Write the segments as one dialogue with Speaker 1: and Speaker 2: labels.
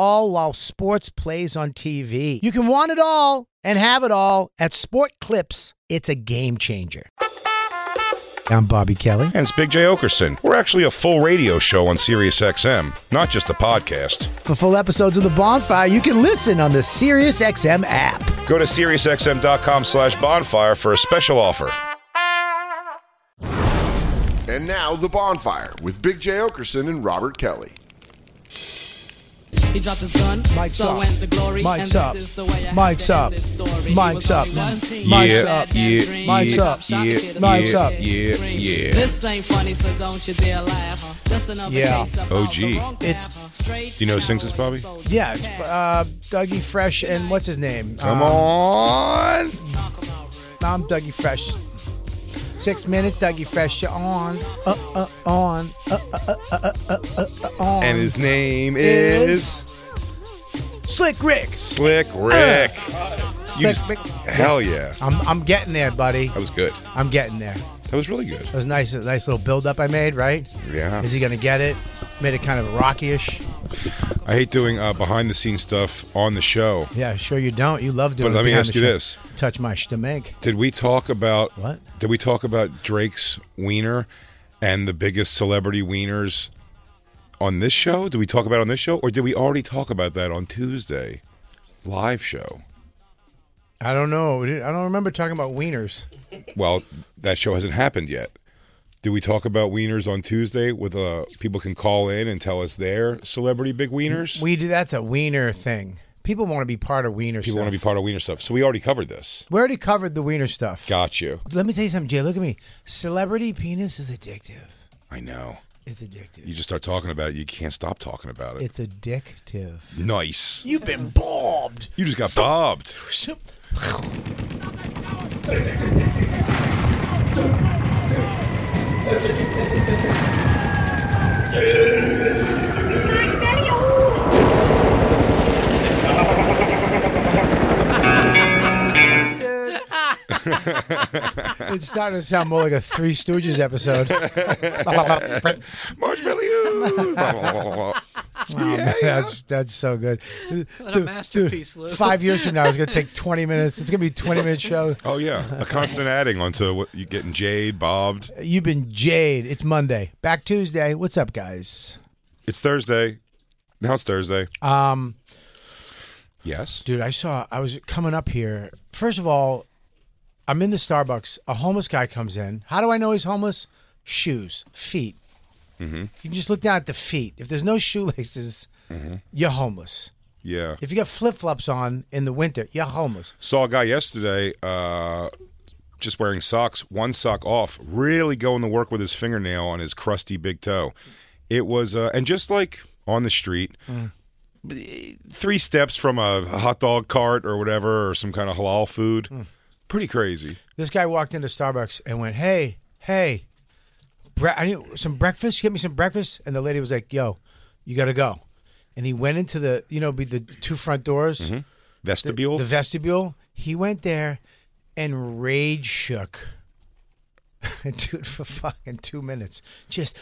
Speaker 1: all while sports plays on TV. You can want it all and have it all at Sport Clips. It's a game changer. I'm Bobby Kelly.
Speaker 2: And it's Big J. Okerson. We're actually a full radio show on SiriusXM, not just a podcast.
Speaker 1: For full episodes of The Bonfire, you can listen on the SiriusXM app.
Speaker 2: Go to SiriusXM.com slash bonfire for a special offer.
Speaker 3: And now The Bonfire with Big J. Okerson and Robert Kelly.
Speaker 4: He dropped his gun.
Speaker 1: Mike's
Speaker 4: so
Speaker 1: up.
Speaker 4: went the glory.
Speaker 1: Mike's
Speaker 4: and
Speaker 1: up.
Speaker 4: This is the way I
Speaker 1: Mike's
Speaker 4: had to
Speaker 1: up.
Speaker 4: end this story. He
Speaker 1: Mike's
Speaker 4: was only
Speaker 1: up.
Speaker 4: 19.
Speaker 1: Mike's
Speaker 4: Had
Speaker 1: up.
Speaker 4: that
Speaker 2: Yeah,
Speaker 4: dream.
Speaker 1: Mike's
Speaker 4: He
Speaker 1: up.
Speaker 4: shot the
Speaker 2: Yeah,
Speaker 4: kid as
Speaker 1: Mike's
Speaker 4: well.
Speaker 1: up.
Speaker 4: He screamed,
Speaker 2: Yeah, yeah.
Speaker 4: This ain't funny, so don't you dare laugh. huh? Just another
Speaker 1: Yeah.
Speaker 4: case of
Speaker 2: Oh,
Speaker 4: all
Speaker 2: gee.
Speaker 4: the wrong
Speaker 1: It's-
Speaker 4: path, huh? Straight
Speaker 2: Do you know who sings this,
Speaker 4: down
Speaker 2: Bobby?
Speaker 4: with
Speaker 1: Yeah,
Speaker 4: soldiers
Speaker 1: it's
Speaker 4: past.
Speaker 1: uh, Dougie Fresh and what's his name? Um,
Speaker 2: Come on!
Speaker 4: Knock 'em out, Rick.
Speaker 1: I'm Dougie Fresh. Six minutes, Dougie Fresh. You're on, uh, uh, on, uh, uh, uh, uh, uh, uh, uh, on.
Speaker 2: And his name
Speaker 1: Is-
Speaker 2: is
Speaker 1: Slick Rick.
Speaker 2: Slick Rick. You
Speaker 1: Slick
Speaker 2: just-
Speaker 1: Rick.
Speaker 2: Hell yeah.
Speaker 1: I'm, I'm getting there, buddy.
Speaker 2: That was good.
Speaker 1: I'm getting there.
Speaker 2: That was really good.
Speaker 1: It was nice, a nice little build up I made, right?
Speaker 2: Yeah.
Speaker 1: Is he gonna get it? Made it kind of rockyish.
Speaker 2: I hate doing uh, behind the scenes stuff on the show.
Speaker 1: Yeah, sure you don't. You love doing.
Speaker 2: But let me
Speaker 1: behind
Speaker 2: ask
Speaker 1: the
Speaker 2: you
Speaker 1: show.
Speaker 2: this.
Speaker 1: Touch my stomach.
Speaker 2: Did we talk about
Speaker 1: What?
Speaker 2: Did we talk about Drake's wiener and the biggest celebrity wieners on this show? Did we talk about it on this show, or did we already talk about that on Tuesday live show?
Speaker 1: I don't know. I don't remember talking about wieners.
Speaker 2: Well, that show hasn't happened yet. Did we talk about wieners on Tuesday? With uh, people can call in and tell us their celebrity big wieners.
Speaker 1: We do. That's a wiener thing. People want to be part of wiener.
Speaker 2: people want to be part of wiener stuff, so we already covered this.
Speaker 1: We already covered the wiener stuff.
Speaker 2: Got you.
Speaker 1: Let me tell you something, Jay. Look at me. Celebrity penis is addictive.
Speaker 2: I know.
Speaker 1: It's addictive.
Speaker 2: You just start talking about it, you can't stop talking about it.
Speaker 1: it's addictive.
Speaker 2: nice.
Speaker 1: You've been bobbed.
Speaker 2: You just got bobbed.
Speaker 1: It's starting to sound more like a Three Stooges episode.
Speaker 2: Marshmallow.
Speaker 1: Oh, man, that's that's so good. What
Speaker 5: a masterpiece, Lou.
Speaker 1: Five years from now, it's gonna take twenty minutes. It's gonna be a twenty minute show.
Speaker 2: Oh yeah, a constant adding onto what you getting jade, bobbed.
Speaker 1: You've been jade. It's Monday. Back Tuesday. What's up, guys?
Speaker 2: It's Thursday. Now it's Thursday.
Speaker 1: Um,
Speaker 2: Yes.
Speaker 1: dude, I saw. I was coming up here. First of all, I'm in the Starbucks. A homeless guy comes in. How do I know he's homeless? Shoes, feet. You can just look down at the feet. If there's no shoelaces, you're homeless.
Speaker 2: Yeah.
Speaker 1: If you got flip flops on in the winter, you're homeless.
Speaker 2: Saw a guy yesterday, uh, just wearing socks, one sock off, really going to work with his fingernail on his crusty big toe. It was, uh, and just like on the street, three steps from a hot dog cart or whatever, or some kind of halal food.
Speaker 1: Mm.
Speaker 2: Pretty crazy.
Speaker 1: This guy walked into Starbucks and went, "Hey, hey, bre- I need some breakfast. Get me some breakfast." And the lady was like, "Yo, you gotta go." And he went into the, you know, be the two front doors,
Speaker 2: Vestibule.
Speaker 1: the vestibule. He went there and rage shook, dude, for fucking two minutes. Just,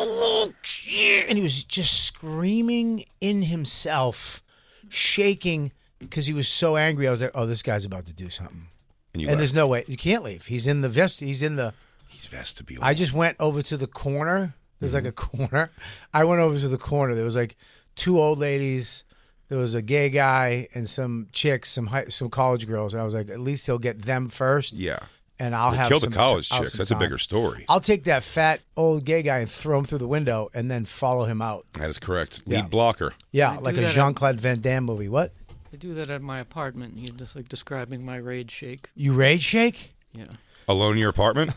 Speaker 1: and he was just screaming in himself, shaking because he was so angry. I was like, "Oh, this guy's about to do something."
Speaker 2: and you
Speaker 1: and
Speaker 2: left.
Speaker 1: there's no way you can't leave. He's in the vest. He's in the.
Speaker 2: He's vestibule.
Speaker 1: I just went over to the corner. There's like a
Speaker 2: Mm-hmm.
Speaker 1: corner. I went over to the corner. There was like two old ladies. There was a gay guy and some chicks, some high, some college girls. And I was like, at least he'll get them first.
Speaker 2: yeah.
Speaker 1: and I'll
Speaker 2: They
Speaker 1: have
Speaker 2: kill the
Speaker 1: some
Speaker 2: college
Speaker 1: I'll have
Speaker 2: chicks.
Speaker 1: some
Speaker 2: That's a
Speaker 1: time.
Speaker 2: bigger story.
Speaker 1: I'll take that fat old gay guy and throw him through the window, and then follow him out.
Speaker 2: That is correct.
Speaker 1: Yeah.
Speaker 2: Lead blocker.
Speaker 1: Yeah,
Speaker 5: I do
Speaker 1: like a
Speaker 5: that at-
Speaker 1: Jean Claude Van Damme movie. What
Speaker 5: I do that at my apartment. You're just like describing my raid shake.
Speaker 1: you rage shake?
Speaker 5: Yeah.
Speaker 2: Alone in your apartment?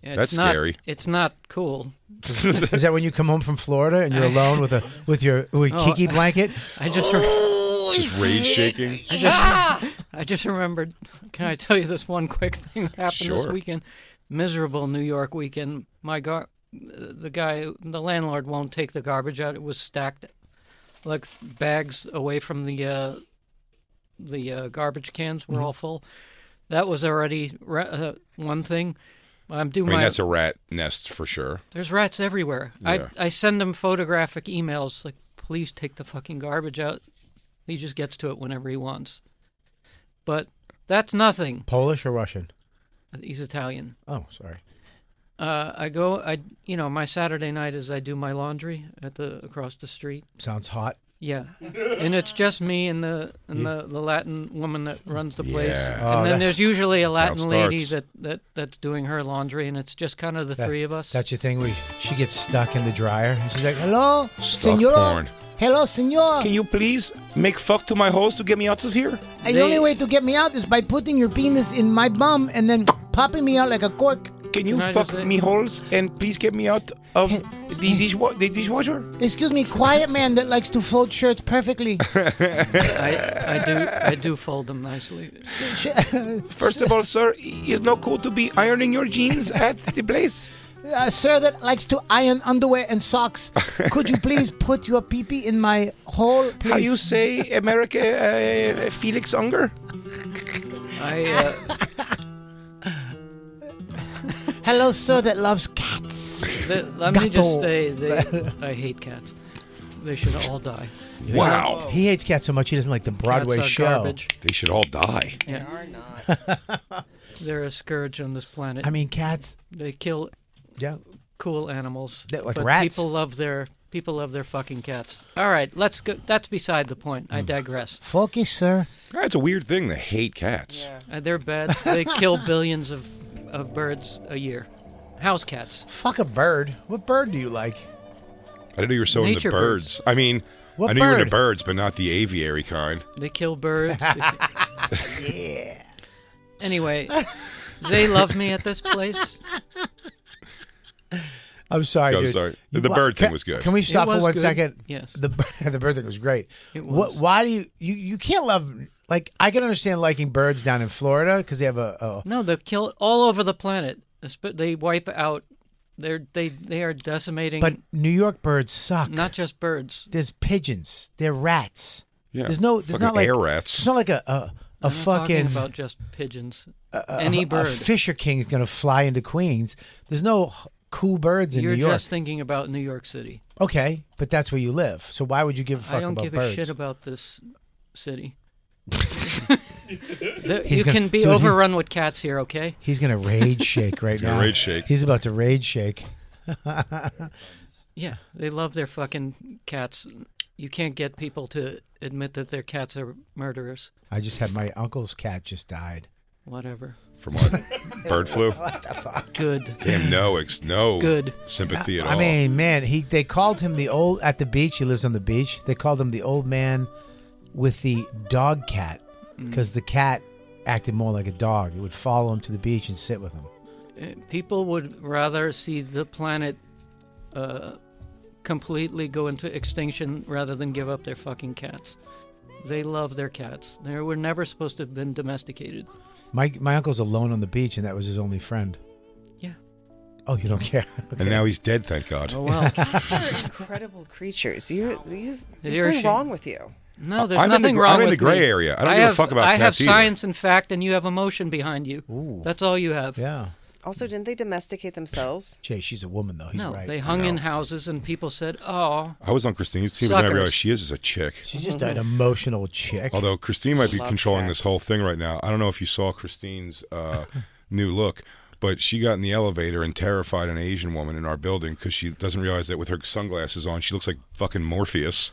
Speaker 5: It's
Speaker 2: That's
Speaker 5: not,
Speaker 2: scary.
Speaker 5: It's not cool.
Speaker 1: Is that when you come home from Florida and you're alone with a with your with
Speaker 5: Oh,
Speaker 1: kiki blanket?
Speaker 5: I just re-
Speaker 2: Just rage shaking?
Speaker 5: I just, I just remembered. Can I tell you this one quick thing that happened this
Speaker 2: Sure.
Speaker 5: weekend? Miserable New York weekend. My gar- the guy, the landlord won't take the garbage out. It was stacked like th- bags away from the uh, the uh, garbage cans
Speaker 2: Mm-hmm.
Speaker 5: were all full. That was already re- uh, one thing. I'm doing
Speaker 2: I mean,
Speaker 5: my
Speaker 2: that's a rat nest for sure.
Speaker 5: There's rats everywhere.
Speaker 2: Yeah.
Speaker 5: I I send him photographic emails like, please take the fucking garbage out. He just gets to it whenever he wants. But that's nothing.
Speaker 1: Polish or Russian?
Speaker 5: He's Italian.
Speaker 1: Oh, sorry.
Speaker 5: Uh, I go. I you know my Saturday night is I do my laundry at the across the street.
Speaker 1: Sounds hot.
Speaker 5: Yeah, and it's just me and the and the, the Latin woman that runs the place.
Speaker 2: Yeah.
Speaker 1: Oh,
Speaker 5: and then
Speaker 1: that-
Speaker 5: there's usually a
Speaker 2: That's how it
Speaker 5: Latin lady that,
Speaker 2: starts.
Speaker 5: that that's doing her laundry, and it's just kind of the
Speaker 1: That-
Speaker 5: three of us.
Speaker 1: That's your thing where she gets stuck in the dryer and she's like, "Hello,
Speaker 2: Stuck
Speaker 1: senor.
Speaker 2: porn.
Speaker 1: Hello, senor.
Speaker 2: you please make fuck to my hose to get me out of here?
Speaker 1: And the
Speaker 5: They-
Speaker 1: only way to get me out is by putting your penis in my bum and then popping me out like a cork.
Speaker 2: Can
Speaker 5: you Can I just fuck say- me
Speaker 2: holes and please get me out of the, dishwa- the dishwasher?
Speaker 1: Excuse me, quiet man that likes to fold shirts perfectly.
Speaker 5: I, I do I do fold them nicely.
Speaker 2: First of all, sir, it's not cool to be ironing your jeans at the place.
Speaker 1: A sir that likes to iron underwear and socks. Could you please put your peepee in my hole, please?
Speaker 2: say America uh, Felix Unger?
Speaker 5: I. Uh,
Speaker 1: Hello, sir that loves cats.
Speaker 5: The, let me
Speaker 1: Gato.
Speaker 5: just say, they, I hate cats. They should all die.
Speaker 2: Wow.
Speaker 1: He hates cats so much he doesn't like the Broadway
Speaker 5: cats are
Speaker 1: show.
Speaker 5: Garbage.
Speaker 2: They should all die.
Speaker 5: Yeah. They are not. They're a scourge on this planet.
Speaker 1: I mean, cats.
Speaker 5: they kill
Speaker 1: Yeah.
Speaker 5: cool animals.
Speaker 1: They're like
Speaker 5: but
Speaker 1: rats.
Speaker 5: People love their people love their fucking cats. All right, let's go. That's beside the point.
Speaker 1: Hmm.
Speaker 5: I digress.
Speaker 1: Focus, sir.
Speaker 2: That's a weird thing to hate cats.
Speaker 5: Uh, they're bad. They kill billions of, of birds a year. House cats.
Speaker 1: Fuck a bird. What bird do you like?
Speaker 2: I didn't know you were so into
Speaker 5: Nature
Speaker 2: birds. I mean,
Speaker 1: What
Speaker 2: I knew you were into
Speaker 1: bird?
Speaker 2: birds, but not the aviary kind.
Speaker 5: They kill birds. yeah. Anyway, they love me at this place.
Speaker 1: I'm sorry,
Speaker 2: I'm
Speaker 1: dude.
Speaker 2: sorry.
Speaker 1: You-
Speaker 2: The bird
Speaker 1: can-
Speaker 2: thing was good.
Speaker 1: Can we stop for
Speaker 5: was
Speaker 1: one
Speaker 5: good.
Speaker 1: second?
Speaker 5: Yes.
Speaker 1: The the bird thing was great.
Speaker 5: It
Speaker 1: What?
Speaker 5: was.
Speaker 1: Why do you you you can't love like I can understand liking birds down in Florida because they have a, a
Speaker 5: No, they kill all over the planet. Esp- They wipe out. They're they they are decimating.
Speaker 1: but New York birds suck.
Speaker 5: not just birds.
Speaker 1: there's pigeons. They're rats.
Speaker 2: Yeah.
Speaker 1: There's no. There's
Speaker 2: Fucking
Speaker 1: not like
Speaker 2: air rats.
Speaker 1: It's not like a a, a
Speaker 5: I'm not talking
Speaker 1: fucking
Speaker 5: about just pigeons. Any
Speaker 1: a-
Speaker 5: bird.
Speaker 1: A Fisher King is gonna fly into Queens. There's no h- cool birds in
Speaker 5: You're
Speaker 1: New York.
Speaker 5: just thinking about New York City.
Speaker 1: okay, but that's where you live. So why would you give a fuck
Speaker 5: I don't
Speaker 1: about
Speaker 5: give
Speaker 1: birds?
Speaker 5: a shit about this city. There-
Speaker 1: He's
Speaker 5: you
Speaker 1: gonna-
Speaker 5: can be
Speaker 1: dude, he-
Speaker 5: overrun with cats here, okay?
Speaker 1: He's gonna rage shake right
Speaker 2: gonna
Speaker 1: now.
Speaker 2: rage shake.
Speaker 1: He's about to rage shake.
Speaker 5: Yeah, they love their fucking cats. You can't get people to admit that their cats are murderers.
Speaker 1: I just had my uncle's cat just died.
Speaker 5: Whatever.
Speaker 2: From what? Bird flu?
Speaker 5: Good.
Speaker 2: Damn, no, ex- no
Speaker 5: Good.
Speaker 2: sympathy at all.
Speaker 1: I mean, man, he they called him the old at the beach. He lives on the beach. They called him the old man with the dog cat
Speaker 5: Mm.
Speaker 1: because the cat acted more like a dog. It would follow him to the beach and sit with him.
Speaker 5: Uh, people would rather see the planet uh, completely go into extinction rather than give up their fucking cats. They love their cats. They were never supposed to have been domesticated.
Speaker 1: My my uncle's alone on the beach, and that was his only friend.
Speaker 5: Yeah.
Speaker 1: Oh, you don't care. Okay.
Speaker 2: and now he's dead, thank God.
Speaker 5: Oh well.
Speaker 6: incredible creatures. You, you,
Speaker 5: You're
Speaker 6: there's nothing
Speaker 5: ashamed.
Speaker 6: wrong with you.
Speaker 5: No, there's
Speaker 2: I'm in the
Speaker 5: nothing
Speaker 2: gr-
Speaker 5: wrong
Speaker 2: I'm in
Speaker 5: with
Speaker 2: the gray
Speaker 5: me.
Speaker 2: area. I don't give a
Speaker 5: have,
Speaker 2: fuck about
Speaker 5: I have
Speaker 2: cats either.
Speaker 5: science and fact, and you have emotion behind you. That's all you have.
Speaker 1: yeah.
Speaker 6: Also, didn't they domesticate themselves?
Speaker 1: Jay, she's a woman though. He's
Speaker 5: No,
Speaker 1: right.
Speaker 5: they hung in
Speaker 2: know.
Speaker 5: houses, and people said, "Oh,
Speaker 2: I was on Christine's team, and then I
Speaker 5: Suckers.
Speaker 2: realized she is a chick.
Speaker 1: she's just an emotional chick.
Speaker 2: Although Christine might be
Speaker 6: Love
Speaker 2: controlling this
Speaker 6: cats.
Speaker 2: whole thing right now. I don't know if you saw Christine's uh, new look, but she got in the elevator and terrified an Asian woman in our building because she doesn't realize that with her sunglasses on, she looks like fucking Morpheus.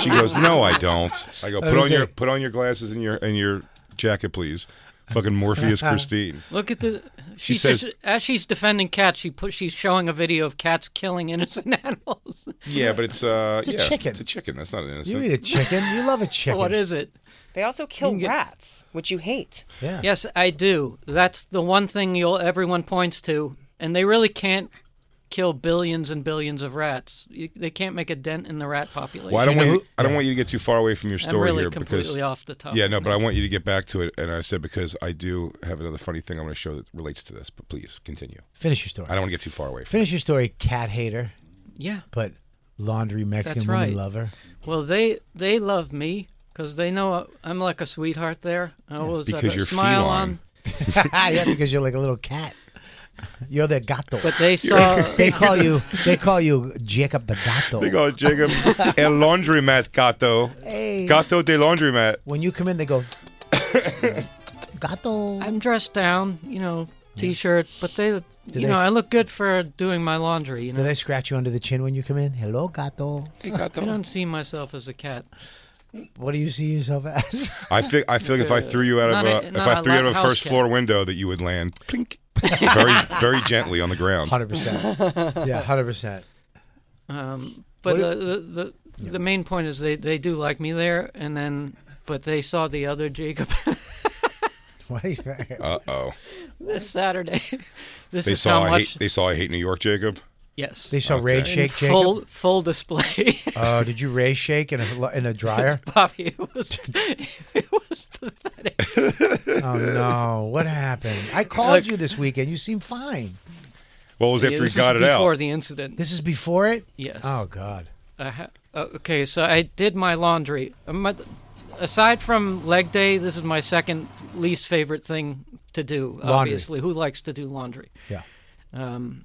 Speaker 2: she goes, "No, I don't." I go, "Put
Speaker 1: me
Speaker 2: on your
Speaker 1: see.
Speaker 2: put on your glasses and your and your jacket, please." Fucking Morpheus Christine.
Speaker 5: Look at the.
Speaker 2: She
Speaker 5: She
Speaker 2: says-
Speaker 5: says, as she's defending cats, she put, she's showing a video of cats killing innocent animals.
Speaker 2: Yeah, but it's uh,
Speaker 1: It's a
Speaker 2: yeah,
Speaker 1: chicken.
Speaker 2: It's a chicken. That's not innocent.
Speaker 1: You eat a chicken. You love a chicken.
Speaker 5: what is it?
Speaker 6: They also kill
Speaker 5: can get-
Speaker 6: rats, which you hate.
Speaker 1: Yeah.
Speaker 5: Yes, I do. That's the one thing you'll everyone points to, and they really can't kill billions and billions of rats. You, they can't make a dent in the rat population.
Speaker 2: Well, I don't
Speaker 1: You know
Speaker 2: want you,
Speaker 1: who-
Speaker 2: I don't want you to get too far away from your
Speaker 5: I'm
Speaker 2: story
Speaker 5: really
Speaker 2: here
Speaker 5: completely
Speaker 2: because
Speaker 5: off the top.
Speaker 2: yeah, no, but I want you to get back to it. And I said because I do have another funny thing I'm going to show that relates to this. But please continue.
Speaker 1: Finish your story.
Speaker 2: I don't want to get too far away. From
Speaker 1: Finish your story, cat hater,
Speaker 5: yeah.
Speaker 1: but laundry Mexican
Speaker 5: That's
Speaker 1: woman
Speaker 5: right.
Speaker 1: lover.
Speaker 5: Well, they they love me because they know I'm like a sweetheart there. I always have
Speaker 2: because
Speaker 5: a
Speaker 2: you're
Speaker 5: smile
Speaker 2: feline.
Speaker 5: on,
Speaker 1: yeah, because you're like a little cat. You're the gato.
Speaker 5: but uh, they saw
Speaker 1: they call you. They call you Jacob the gato.
Speaker 2: They go, Jacob, el laundromat gato,
Speaker 1: Hey.
Speaker 2: gato de laundromat.
Speaker 1: when you come in, they go gato.
Speaker 5: I'm dressed down, you know, t-shirt, but they,
Speaker 1: they-
Speaker 5: you know, I look good for doing my laundry. You
Speaker 1: Do
Speaker 5: know,
Speaker 1: they scratch you under the chin when you come in? Hello, gato.
Speaker 5: I don't see myself as a cat.
Speaker 1: What do you see yourself as?
Speaker 2: I think I feel like if I threw you out of
Speaker 5: Not
Speaker 2: a,
Speaker 5: a-
Speaker 2: if
Speaker 5: not
Speaker 2: I
Speaker 5: a
Speaker 2: threw you out of a
Speaker 5: loud
Speaker 2: first
Speaker 5: house cat.
Speaker 2: floor window that you would land plink, very very gently on the ground.
Speaker 1: Hundred percent. Yeah, hundred percent.
Speaker 5: Um, but the, the the the main point is they they do like me there, and then but they saw the other Jacob
Speaker 2: Uh oh,
Speaker 5: this Saturday. this
Speaker 2: they
Speaker 5: is
Speaker 2: saw
Speaker 5: how
Speaker 2: I hate
Speaker 5: much.
Speaker 2: they saw I hate New York, Jacob.
Speaker 5: yes,
Speaker 1: They saw Ray
Speaker 5: In
Speaker 1: shake
Speaker 5: full
Speaker 1: Jacob.
Speaker 5: full display.
Speaker 1: Oh, did you Ray shake in a in a dryer?
Speaker 5: Bobby, it was it was pathetic.
Speaker 1: Oh no! What happened? I called
Speaker 5: Look-
Speaker 1: you this weekend. You seem fine.
Speaker 2: Well, it was after
Speaker 5: Yeah,
Speaker 2: he
Speaker 5: this
Speaker 2: got
Speaker 5: is
Speaker 2: it
Speaker 5: before
Speaker 2: out.
Speaker 5: the incident.
Speaker 1: This is before it.
Speaker 5: Yes.
Speaker 1: Oh God.
Speaker 5: I ha- uh, okay, so I did my laundry. Uh, my- aside from leg day, this is my second least favorite thing to do. Obviously, who likes to do laundry?
Speaker 1: Yeah.
Speaker 5: Um,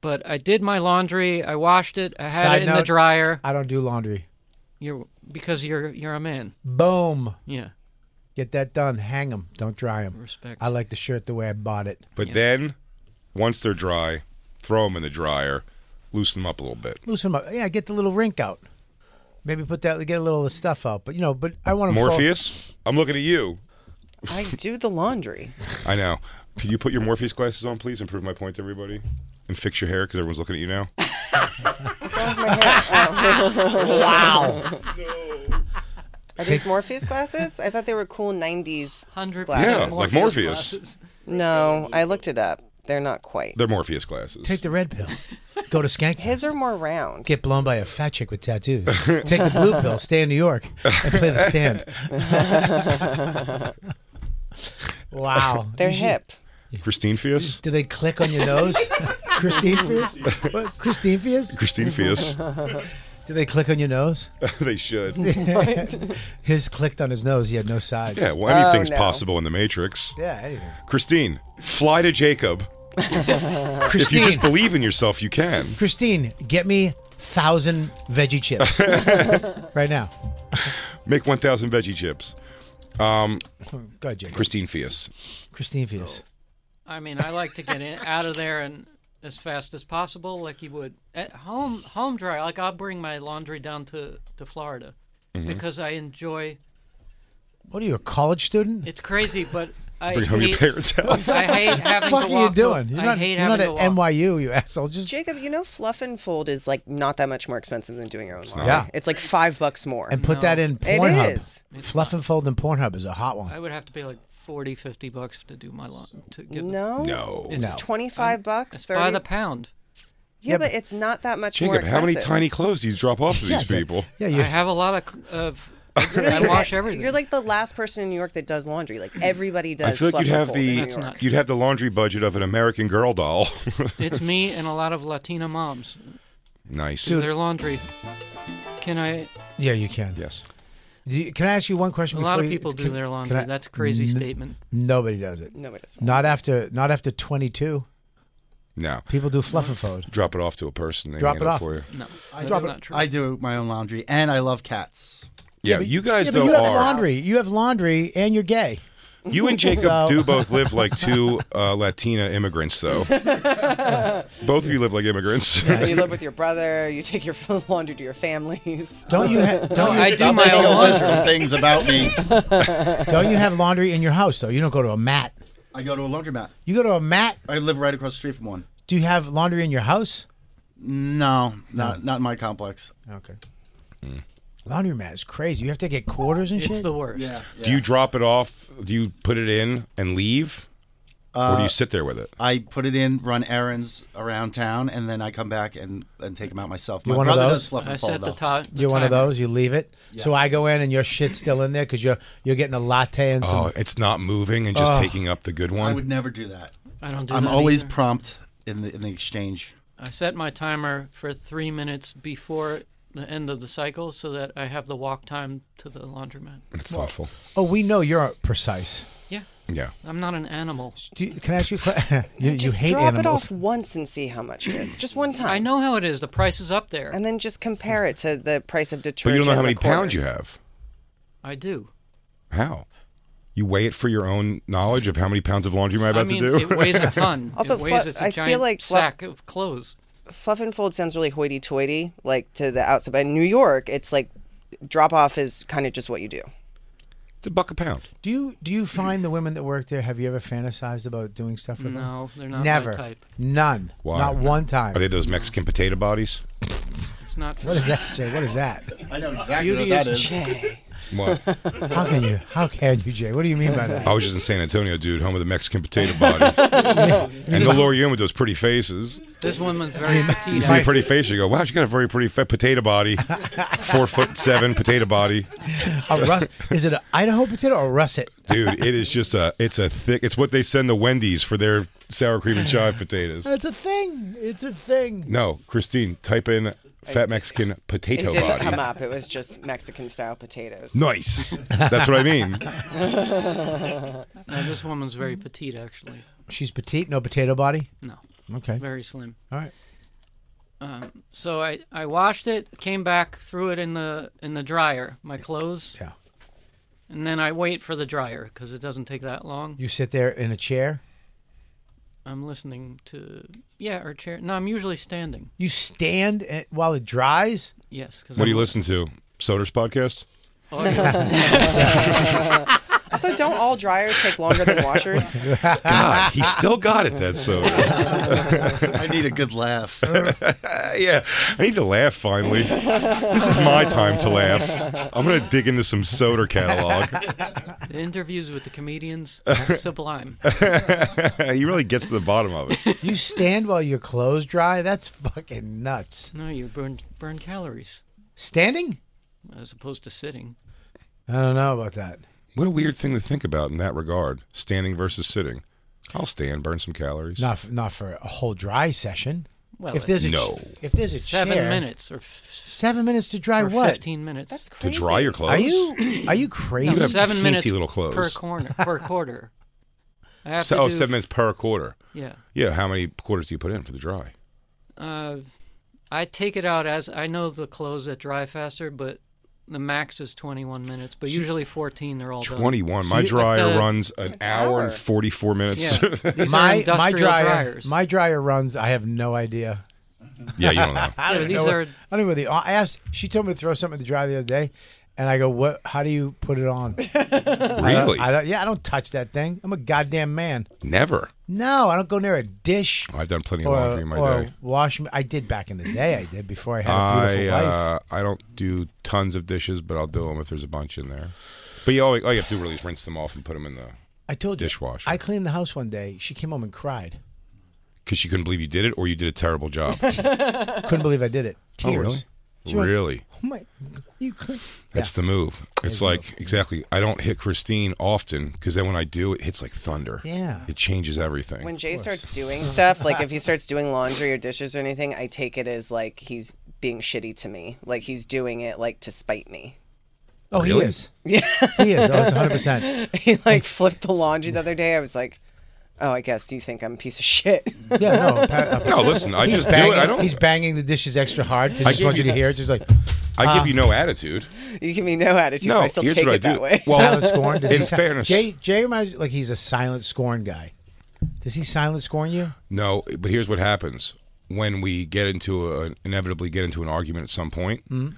Speaker 5: but I did my laundry. I washed it. I had
Speaker 1: Side
Speaker 5: it in
Speaker 1: note-
Speaker 5: the dryer.
Speaker 1: I don't do laundry.
Speaker 5: You're because you're you're a man.
Speaker 1: Boom.
Speaker 5: Yeah,
Speaker 1: Get that done. Hang them. Don't dry them.
Speaker 5: respect.
Speaker 1: I like the shirt the way I bought it.
Speaker 2: But then, once they're dry, throw them in the dryer, loosen them up a little bit.
Speaker 1: Loosen 'em up. Yeah, get the little rink out. Maybe put that. Get a little of the stuff out. But you know, but I want them.
Speaker 2: Morpheus, I'm looking at you.
Speaker 6: I do the laundry.
Speaker 2: I know. Can you put your Morpheus glasses on, please, and prove my point to everybody? And fix your hair because everyone's looking at you now.
Speaker 6: Are these Morpheus glasses? I thought they were cool 90s.
Speaker 5: hundred
Speaker 2: Yeah, like Morpheus.
Speaker 6: No, I looked it up. They're not quite.
Speaker 2: They're Morpheus glasses.
Speaker 1: Take the red pill. Go to Skank.
Speaker 6: His are more round.
Speaker 1: Get blown by a fat chick with tattoos. Take the blue pill. Stay in New York and play the stand. wow.
Speaker 6: They're
Speaker 1: You should-
Speaker 6: hip.
Speaker 2: Christine Fius?
Speaker 1: Do they click on your nose? Christine Fius? What, Christine Fius?
Speaker 2: Christine Fius.
Speaker 1: Do they click on your nose?
Speaker 2: they should.
Speaker 1: His clicked on his nose. He had no sides.
Speaker 2: Yeah, well, anything's
Speaker 6: no.
Speaker 2: possible in the Matrix.
Speaker 1: Yeah, anything.
Speaker 2: Christine, fly to Jacob. If you
Speaker 1: Christine,
Speaker 2: just believe in yourself, you can.
Speaker 1: Christine, get me thousand veggie chips right now.
Speaker 2: Make 1,000 veggie chips.
Speaker 1: Go ahead, Jake.
Speaker 2: Christine Fius.
Speaker 1: Christine Fius.
Speaker 5: I mean, I like to get in, out of there and as fast as possible, like you would at home. Home dry, like I'll bring my laundry down to to Florida
Speaker 1: Mm-hmm.
Speaker 5: because I enjoy.
Speaker 1: What are you, a college student?
Speaker 5: It's crazy, but uh, I
Speaker 2: Bring home your
Speaker 5: hate-
Speaker 2: parents' house.
Speaker 5: I hate
Speaker 1: What the
Speaker 5: having
Speaker 1: fuck
Speaker 5: to
Speaker 1: are you
Speaker 5: walk. to-
Speaker 1: doing? You're
Speaker 5: I
Speaker 1: not,
Speaker 5: hate
Speaker 1: you're not
Speaker 5: having
Speaker 1: at
Speaker 5: to walk.
Speaker 1: NYU, you asshole. Just
Speaker 6: Jacob, you know, fluff and fold is like not that much more expensive than doing your own laundry.
Speaker 1: Yeah.
Speaker 6: It's like five bucks more.
Speaker 1: and put that in
Speaker 6: It
Speaker 1: Pornhub.
Speaker 6: is.
Speaker 1: Fluff and fold in Pornhub is a hot one.
Speaker 5: I would have to pay like 40, 50 bucks to do my lawn to give them.
Speaker 6: no,
Speaker 2: No.
Speaker 5: It's
Speaker 1: No.
Speaker 6: 25 bucks,
Speaker 5: It's
Speaker 6: 30.
Speaker 5: by the pound.
Speaker 6: yeah, but it's not that much more
Speaker 2: Jacob, how
Speaker 6: expensive.
Speaker 2: many tiny clothes do you drop off to these
Speaker 1: Yeah,
Speaker 2: people?
Speaker 1: Yeah,
Speaker 5: I
Speaker 1: you
Speaker 5: have a lot of. of I wash everything.
Speaker 6: You're like the last person in New York that does laundry. Like
Speaker 7: Mm.
Speaker 6: everybody does.
Speaker 2: I feel like
Speaker 6: fluff
Speaker 2: you'd
Speaker 6: and
Speaker 2: have
Speaker 6: fold in New
Speaker 2: the
Speaker 5: That's
Speaker 6: York.
Speaker 5: not
Speaker 2: you'd have the laundry budget of an American Girl doll.
Speaker 5: it's me and a lot of Latina moms.
Speaker 2: nice.
Speaker 5: Do their laundry. Can I?
Speaker 1: Yeah, you can.
Speaker 2: Yes.
Speaker 1: You- Can I ask you one question?
Speaker 5: A lot
Speaker 1: before
Speaker 5: of
Speaker 1: you-
Speaker 5: people do
Speaker 1: can-
Speaker 5: their
Speaker 1: can
Speaker 5: laundry.
Speaker 1: I-
Speaker 5: That's a crazy
Speaker 1: n-
Speaker 5: statement.
Speaker 1: Nobody does it.
Speaker 6: No, it isn't.
Speaker 1: Not after. Not after twenty two.
Speaker 2: No.
Speaker 1: People do fluff and fold.
Speaker 2: Drop it off to a person. They
Speaker 1: Drop
Speaker 2: hand
Speaker 1: it off.
Speaker 2: for you.
Speaker 5: No, that's
Speaker 1: drop it-
Speaker 5: not true.
Speaker 7: I do my own laundry, and I love cats.
Speaker 2: Yeah, you guys
Speaker 1: yeah, but
Speaker 2: though
Speaker 1: you have
Speaker 2: are.
Speaker 1: laundry. You have laundry, and you're gay.
Speaker 2: You and Jacob
Speaker 1: So-
Speaker 2: do both live like two uh, Latina immigrants, though. both of you live like immigrants.
Speaker 6: Oh, you live with your brother. You take your laundry to your families.
Speaker 1: Don't you ha- don't
Speaker 5: I
Speaker 1: you,
Speaker 5: do
Speaker 7: Stop
Speaker 5: my
Speaker 7: making
Speaker 5: own
Speaker 7: a list
Speaker 5: laundry.
Speaker 7: of things about me.
Speaker 1: don't you have laundry in your house though? You don't go to a mat.
Speaker 7: I go to a laundromat.
Speaker 1: You go to a mat.
Speaker 7: I live right across the street from one.
Speaker 1: Do you have laundry in your house?
Speaker 7: No, not not in my complex.
Speaker 1: Okay. Laundry mat Hmm. is crazy. You have to get quarters and
Speaker 5: It's
Speaker 1: shit.
Speaker 5: the worst.
Speaker 2: Do you drop it off? Do you put it in and leave, or
Speaker 1: Uh,
Speaker 2: do you sit there with it?
Speaker 7: I put it in, run errands around town, and then I come back and, and take them out myself.
Speaker 1: You
Speaker 7: my
Speaker 1: one of
Speaker 7: brother
Speaker 1: those?
Speaker 7: does fluff
Speaker 5: I
Speaker 7: and fall
Speaker 5: set
Speaker 7: though.
Speaker 5: the top.
Speaker 1: You're one of those. You leave it. So I go in and your shit's still in there because you're you're getting a latte and some.
Speaker 2: Oh, it's not moving and just taking up the good
Speaker 7: I
Speaker 2: one.
Speaker 7: would never do that.
Speaker 5: I don't do
Speaker 7: I'm
Speaker 5: that
Speaker 7: always
Speaker 5: either.
Speaker 7: prompt in the in the exchange.
Speaker 5: I set my timer for three minutes before the end of the cycle so that I have the walk time to the laundromat.
Speaker 2: it's thoughtful.
Speaker 1: Oh, we know you're precise.
Speaker 5: Yeah,
Speaker 2: Yeah.
Speaker 5: I'm not an animal.
Speaker 1: Do you, can I ask you a question? you, you
Speaker 6: Just
Speaker 1: hate
Speaker 6: drop
Speaker 1: animals.
Speaker 6: it off once and see how much it is. Just one time.
Speaker 5: I know how it is. The price is up there.
Speaker 6: And then just compare it to the price of
Speaker 2: But you
Speaker 6: detergent.
Speaker 2: don't know how
Speaker 6: and
Speaker 2: many
Speaker 6: the
Speaker 2: pounds you
Speaker 6: quarters.
Speaker 2: have.
Speaker 5: I do.
Speaker 2: How? You weigh it for your own knowledge of how many pounds of laundry am I about
Speaker 5: I mean,
Speaker 2: to do?
Speaker 5: it weighs a ton.
Speaker 6: Also,
Speaker 5: it weighs
Speaker 6: flu-
Speaker 5: it's a
Speaker 6: I feel
Speaker 5: giant
Speaker 6: like flu-
Speaker 5: sack of clothes.
Speaker 6: Fluff and fold sounds really hoity-toity, like to the outside. But in New York, it's like drop off is kind of just what you do.
Speaker 2: it's a buck a pound.
Speaker 1: Do you do you find the women that work there? Have you ever fantasized about doing stuff with them?
Speaker 5: No, they're not my
Speaker 1: Never.
Speaker 5: type.
Speaker 1: None.
Speaker 2: Why?
Speaker 1: Not one time.
Speaker 2: Are they those Mexican potato bodies?
Speaker 5: It's not.
Speaker 1: what is that, Jay? What is that?
Speaker 7: I know exactly
Speaker 5: Beauty
Speaker 7: what that
Speaker 5: is
Speaker 7: is.
Speaker 2: What?
Speaker 1: How can you? How can you, Jay? What do you mean by that?
Speaker 2: I was just in San Antonio, dude, home of the Mexican potato body. and the Lori Yun with those pretty faces.
Speaker 5: This woman's very
Speaker 2: You
Speaker 5: petite.
Speaker 2: see a pretty face, you go, wow, she got a very pretty fa- potato body. Four foot seven potato body.
Speaker 1: A rus- is it an Idaho potato or russet?
Speaker 2: Dude, it is just a, it's a thick, it's what they send the Wendy's for their sour cream and chive potatoes.
Speaker 1: It's a thing. It's a thing.
Speaker 2: No, Christine, type in fat Mexican
Speaker 6: It
Speaker 2: potato
Speaker 6: didn't
Speaker 2: body.
Speaker 6: come up. It was just Mexican style potatoes.
Speaker 2: Nice. That's what I mean.
Speaker 5: No, this woman's very petite, actually.
Speaker 1: She's petite, no potato body.
Speaker 5: No,
Speaker 1: Okay.
Speaker 5: very slim.
Speaker 1: All right.
Speaker 5: Um, so I, I washed it, came back, threw it in the in the dryer, my clothes,
Speaker 1: Yeah.
Speaker 5: and then I wait for the dryer because it doesn't take that long.
Speaker 1: You sit there in a chair.
Speaker 5: I'm listening to yeah or chair. No, I'm usually standing.
Speaker 1: You stand a- while it dries.
Speaker 5: Yes, because
Speaker 2: What do you listen to? Soder's podcast?
Speaker 6: Also, don't all dryers take longer than washers?
Speaker 2: God, Ah, he still got it, that soda.
Speaker 7: I need a good laugh.
Speaker 2: Uh, yeah, I need to laugh finally. This is my time to laugh. I'm going to dig into some soda catalog.
Speaker 5: The interviews with the comedians are sublime.
Speaker 2: he really gets to the bottom of it.
Speaker 1: You stand while your clothes dry. That's fucking nuts.
Speaker 5: No, you burn burn calories
Speaker 1: Standing?
Speaker 5: as opposed to sitting.
Speaker 1: I don't know about that.
Speaker 2: What a weird thing to think about in that regard standing versus sitting. I'll stand, burn some calories.
Speaker 1: Not f- not for a whole dry session.
Speaker 5: Well,
Speaker 1: if there's a
Speaker 2: No.
Speaker 1: if there's a
Speaker 5: seven
Speaker 1: chair,
Speaker 5: minutes or, f-
Speaker 1: seven minutes to dry
Speaker 5: or
Speaker 1: what?
Speaker 5: fifteen minutes.
Speaker 6: That's
Speaker 2: to
Speaker 6: crazy.
Speaker 2: dry your clothes?
Speaker 1: Are you are you crazy?
Speaker 2: have
Speaker 5: seven
Speaker 2: teensy
Speaker 5: minutes
Speaker 2: little
Speaker 5: per
Speaker 2: clothes.
Speaker 5: corner per quarter. I have
Speaker 2: So,
Speaker 5: to
Speaker 2: oh,
Speaker 5: do-
Speaker 2: seven minutes per quarter.
Speaker 5: Yeah,
Speaker 2: Yeah, how many quarters do you put in for the dry?
Speaker 5: uh, I take it out as I know the clothes that dry faster, but the max is 21 minutes. But usually 14, they're all done.
Speaker 2: 21. My
Speaker 5: you-
Speaker 2: dryer
Speaker 5: like the-
Speaker 2: runs an hour and
Speaker 6: hour.
Speaker 2: 44 minutes.
Speaker 5: Yeah, these are
Speaker 1: my
Speaker 5: industrial
Speaker 1: my dryer
Speaker 5: dryers.
Speaker 1: my dryer runs. I have no idea.
Speaker 2: yeah, you don't know.
Speaker 1: I
Speaker 5: Yeah,
Speaker 1: don't
Speaker 5: these
Speaker 1: know. what-
Speaker 5: are-
Speaker 1: I don't even. Really, I asked. She told me to throw something to dry the other day, and I go, "What? How do you put it on?" I don't-
Speaker 2: Really?
Speaker 1: I don't, yeah, I don't touch that thing. I'm a goddamn man.
Speaker 2: Never.
Speaker 1: No, I don't go near a dish
Speaker 2: I've done plenty of
Speaker 1: or,
Speaker 2: laundry in my
Speaker 1: or
Speaker 2: day.
Speaker 1: wash. ma- I did back in the day. I did before I had a
Speaker 2: I
Speaker 1: beautiful wife.
Speaker 2: uh, I don't do tons of dishes, but I'll do them if there's a bunch in there. But you always all you have to do really is rinse them off and put them in the
Speaker 1: I told you.
Speaker 2: dishwasher.
Speaker 1: I cleaned the house one day. She came home and cried.
Speaker 2: because she couldn't believe you did it, or you did a terrible job.
Speaker 1: Couldn't believe I did it.
Speaker 2: Oh,
Speaker 1: Tears.
Speaker 2: really?
Speaker 1: She went,
Speaker 2: really?
Speaker 1: Oh my, you clean.
Speaker 2: That's the move. It's like exactly. I don't hit Christine often because then when I do, it hits like thunder.
Speaker 1: Yeah.
Speaker 2: it changes everything.
Speaker 6: When Jay starts doing stuff, like if he starts doing laundry or dishes or anything, I take it as like he's being shitty to me. Like he's doing it like to spite me.
Speaker 1: Oh,
Speaker 2: Really?
Speaker 1: he is. Yeah, he is. Oh, it's 100. percent
Speaker 6: he like flipped the laundry the other day. I was like, Oh, I guess you think I'm a piece of shit.
Speaker 1: Yeah, no. appa-
Speaker 2: No, listen, I
Speaker 1: he's
Speaker 2: just do it.
Speaker 1: banging,
Speaker 2: I don't-
Speaker 1: He's banging the dishes extra hard because
Speaker 2: I
Speaker 1: he just
Speaker 2: give
Speaker 1: wants you
Speaker 2: you-
Speaker 1: to hear it. Just like
Speaker 2: I
Speaker 1: uh,
Speaker 2: give you no attitude.
Speaker 6: you give me no attitude.
Speaker 2: No,
Speaker 6: but I still
Speaker 2: here's
Speaker 6: take
Speaker 2: what I
Speaker 6: it that
Speaker 2: do.
Speaker 6: way.
Speaker 2: Well-
Speaker 1: silent scorn. Does he
Speaker 2: in
Speaker 1: si-
Speaker 2: fairness-
Speaker 1: Jay Jay reminds like he's a silent scorn guy. Does he silent scorn you?
Speaker 2: No, but here's what happens when we get into a, inevitably get into an argument at some point.
Speaker 6: Hmm?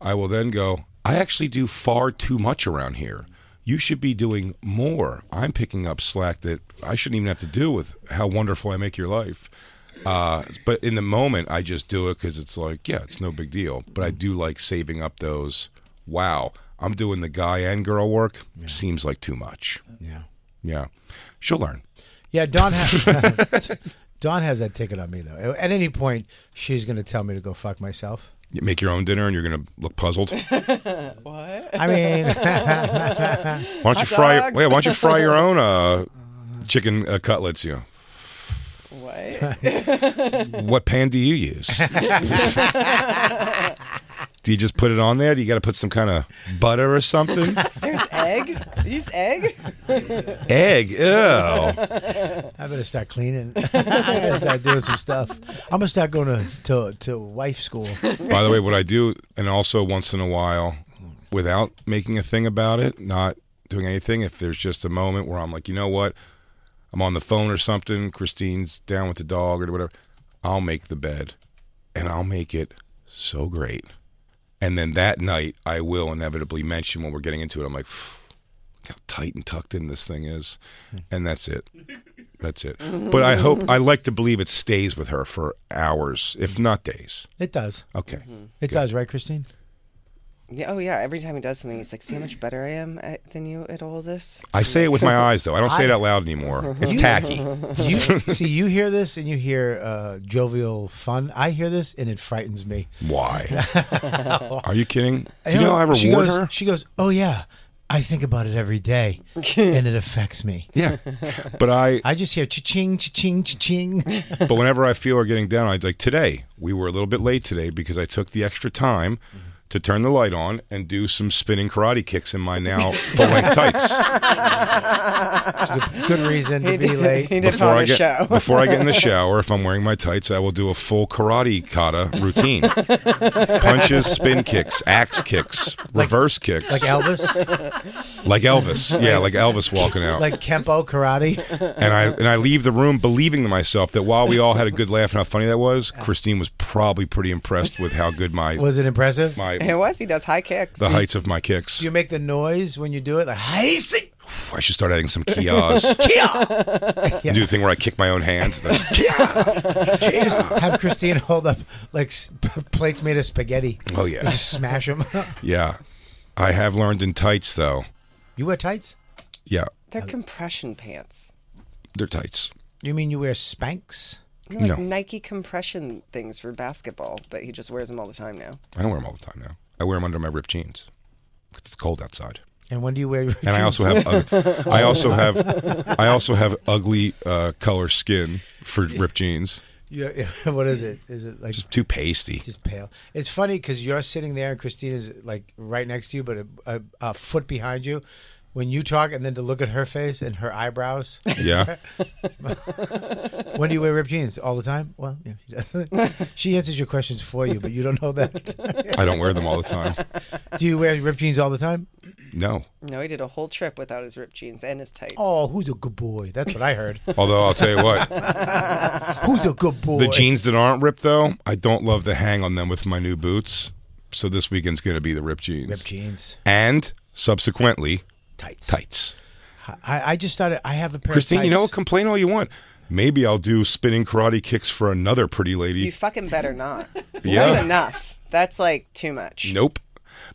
Speaker 2: I will then go. I actually do far too much around here. You should be doing more. I'm picking up slack that I shouldn't even have to do with how wonderful I make your life. Uh, but in the moment, I just do it because it's like, yeah, it's no big deal. But I
Speaker 6: Hmm.
Speaker 2: do like saving up those. Wow, I'm doing the guy and girl work. Seems like too much.
Speaker 1: Yeah.
Speaker 2: Yeah, she'll learn.
Speaker 1: Yeah, Dawn has Dawn has that ticket on me though. At any point, she's gonna tell me to go fuck myself.
Speaker 2: You make your own dinner, and you're gonna look puzzled.
Speaker 1: I mean,
Speaker 2: Why don't you fry? Wait, why don't you fry your own uh, chicken uh, cutlets? You.
Speaker 6: what?
Speaker 2: What pan do you use? do you just put it on there? Do you got to put some kind of butter or something?
Speaker 6: There's egg? You Use egg?
Speaker 2: Egg. Ew.
Speaker 1: I better start cleaning. I gotta start doing some stuff. I'm gonna start going to to, to wife school.
Speaker 2: By the way, what I do, and also once in a while, without making a thing about it, not doing anything, if there's just a moment where I'm like, you know what, I'm on the phone or something, Christine's down with the dog or whatever, I'll make the bed and I'll make it so great. And then that night, I will inevitably mention when we're getting into it, I'm like, "Look how tight and tucked in this thing is. And that's it. That's it. But I hope, I like to believe it stays with her for hours, if not days.
Speaker 1: It does.
Speaker 2: Okay.
Speaker 1: It does, right, Christine?
Speaker 6: Yeah, oh, yeah. Every time he does something, he's like, see how much better I am at, than you at all this?
Speaker 2: I say it with my eyes, though. I don't say it out loud anymore. It's tacky.
Speaker 1: You see, you hear this and you hear uh, jovial fun. I hear this and it frightens me.
Speaker 2: Why? Are you kidding? Do you know I
Speaker 1: she
Speaker 2: reward
Speaker 1: goes,
Speaker 2: her?
Speaker 1: She goes, "Oh yeah, I think about it every day, and it affects me."
Speaker 2: Yeah, but I.
Speaker 1: I just hear cha-ching, cha-ching, cha-ching.
Speaker 2: But whenever I feel her getting down, I like today. We were a little bit late today because I took the extra time to turn the light on and do some spinning karate kicks in my now full length tights
Speaker 1: Good reason to be
Speaker 6: He
Speaker 1: late.
Speaker 6: did
Speaker 2: before
Speaker 6: on
Speaker 2: I
Speaker 6: the
Speaker 2: get
Speaker 6: show.
Speaker 2: before I get in the shower. If I'm wearing my tights, I will do a full karate kata routine: punches, spin kicks, axe kicks, reverse kicks,
Speaker 1: Like Elvis,
Speaker 2: like Elvis. Yeah, like Elvis walking out.
Speaker 1: like Kempo karate.
Speaker 2: and I and I leave the room believing to myself that while we all had a good laugh and how funny that was, Christine was probably pretty impressed with how good my
Speaker 1: Was it impressive?
Speaker 6: It
Speaker 2: my
Speaker 6: was. He does high kicks.
Speaker 2: the heights of my kicks.
Speaker 1: Do you make the noise when you do it? Like, hey, see-
Speaker 2: I should start adding some kias.
Speaker 1: kia!
Speaker 2: Do the thing where I kick my own hand. Kia!
Speaker 1: Just have Christine hold up like s- plates made of spaghetti.
Speaker 2: Oh yeah,
Speaker 1: Just smash them.
Speaker 2: yeah. I have learned in tights though.
Speaker 1: you wear tights?
Speaker 2: Yeah,
Speaker 6: They're compression pants.
Speaker 2: they're tights.
Speaker 1: You mean you wear Spanx?
Speaker 6: They're like
Speaker 2: No.
Speaker 6: Nike compression things for basketball, but he just wears them all the time now.
Speaker 2: I don't wear them all the time now. I wear them under my ripped jeans. 'Cause It's cold outside.
Speaker 1: And when do you wear? your
Speaker 2: and I also have ug- I also have I also have ugly uh, color skin for ripped jeans.
Speaker 1: Yeah, yeah, what is it? Is it like
Speaker 2: Just too pasty.
Speaker 1: just pale? It's funny because you're sitting there and Christina's like right next to you, but a, a, a foot behind you. When you talk, and then to look at her face and her eyebrows.
Speaker 2: Yeah.
Speaker 1: when do you wear ripped jeans? All the time? Well, yeah, she does. she answers your questions for you, but you don't know that.
Speaker 2: I don't wear them all the time.
Speaker 1: do you wear ripped jeans all the time?
Speaker 2: No.
Speaker 6: No, he did a whole trip without his ripped jeans and his tights.
Speaker 1: Oh, who's a good boy? That's what I heard.
Speaker 2: Although I'll tell you what,
Speaker 1: who's a good boy?
Speaker 2: the jeans that aren't ripped though, I don't love the hang on them with my new boots. So this weekend's going to be the ripped jeans.
Speaker 1: Ripped jeans,
Speaker 2: And subsequently,
Speaker 1: tights.
Speaker 2: tights.
Speaker 1: I, I just started. I have a pair.
Speaker 2: Christine,
Speaker 1: of
Speaker 2: you
Speaker 1: tights.
Speaker 2: know, complain all you want. Maybe I'll do spinning karate kicks for another pretty lady.
Speaker 6: You fucking better not.
Speaker 2: Yeah.
Speaker 6: That's enough. That's like too much.
Speaker 2: nope.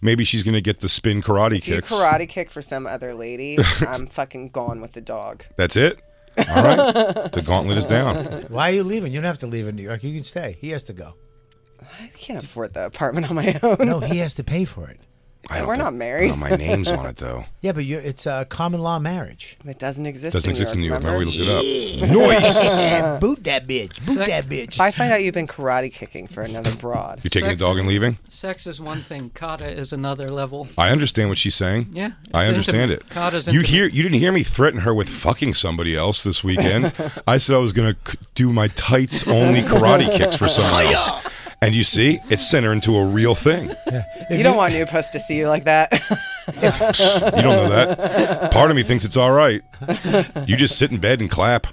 Speaker 2: Maybe she's going to get the spin karate
Speaker 6: If you
Speaker 2: kicks.
Speaker 6: karate kick for some other lady, I'm fucking gone with the dog.
Speaker 2: That's it. All right. the gauntlet is down.
Speaker 1: Why are you leaving? You don't have to leave in New York. You can stay. He has to go.
Speaker 6: I can't afford the apartment on my own.
Speaker 1: No, he has to pay for it.
Speaker 2: I don't
Speaker 6: We're
Speaker 2: think-
Speaker 6: not married.
Speaker 2: no, my name's on it though.
Speaker 1: Yeah, but you it's a common law marriage.
Speaker 6: It doesn't exist.
Speaker 2: Doesn't
Speaker 6: in
Speaker 2: exist in New York. Remember we looked it up.
Speaker 1: Nice. Boot that bitch. Boot
Speaker 5: Sec-
Speaker 1: that bitch.
Speaker 6: If I find out you've been karate kicking for another broad,
Speaker 2: You're taking the dog and leaving.
Speaker 5: Sex is one thing, kata is another level.
Speaker 2: I understand what she's saying.
Speaker 5: Yeah,
Speaker 2: I
Speaker 5: it's
Speaker 2: understand
Speaker 5: intimate.
Speaker 2: it.
Speaker 5: Kata's
Speaker 2: you
Speaker 5: intimate.
Speaker 2: hear? You didn't hear me threaten her with fucking somebody else this weekend. I said I was gonna c- do my tights only karate kicks for someone else, and you see, it sent her into a real thing.
Speaker 6: you don't want your post to see you like that.
Speaker 2: You don't know that. Part of me thinks it's all right. You just sit in bed and clap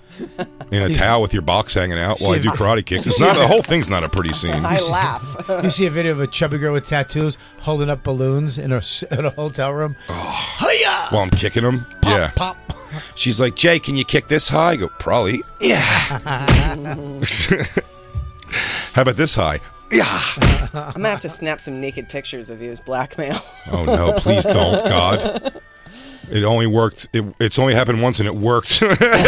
Speaker 2: in a towel with your box hanging out while I do karate kicks. It's not the whole thing's not a pretty scene.
Speaker 6: I laugh.
Speaker 1: You see a video of a chubby girl with tattoos holding up balloons in a, s- in a hotel room. Hiya!
Speaker 2: While I'm kicking them, yeah.
Speaker 1: Pop.
Speaker 2: She's like, Jay, can you kick this high? I go, probably. Yeah. How about this high? Yeah.
Speaker 6: I'm gonna have to snap some naked pictures of you as blackmail.
Speaker 2: Oh no! Please don't, God. It only worked. It, it's only happened once, and it worked.
Speaker 6: I'm gonna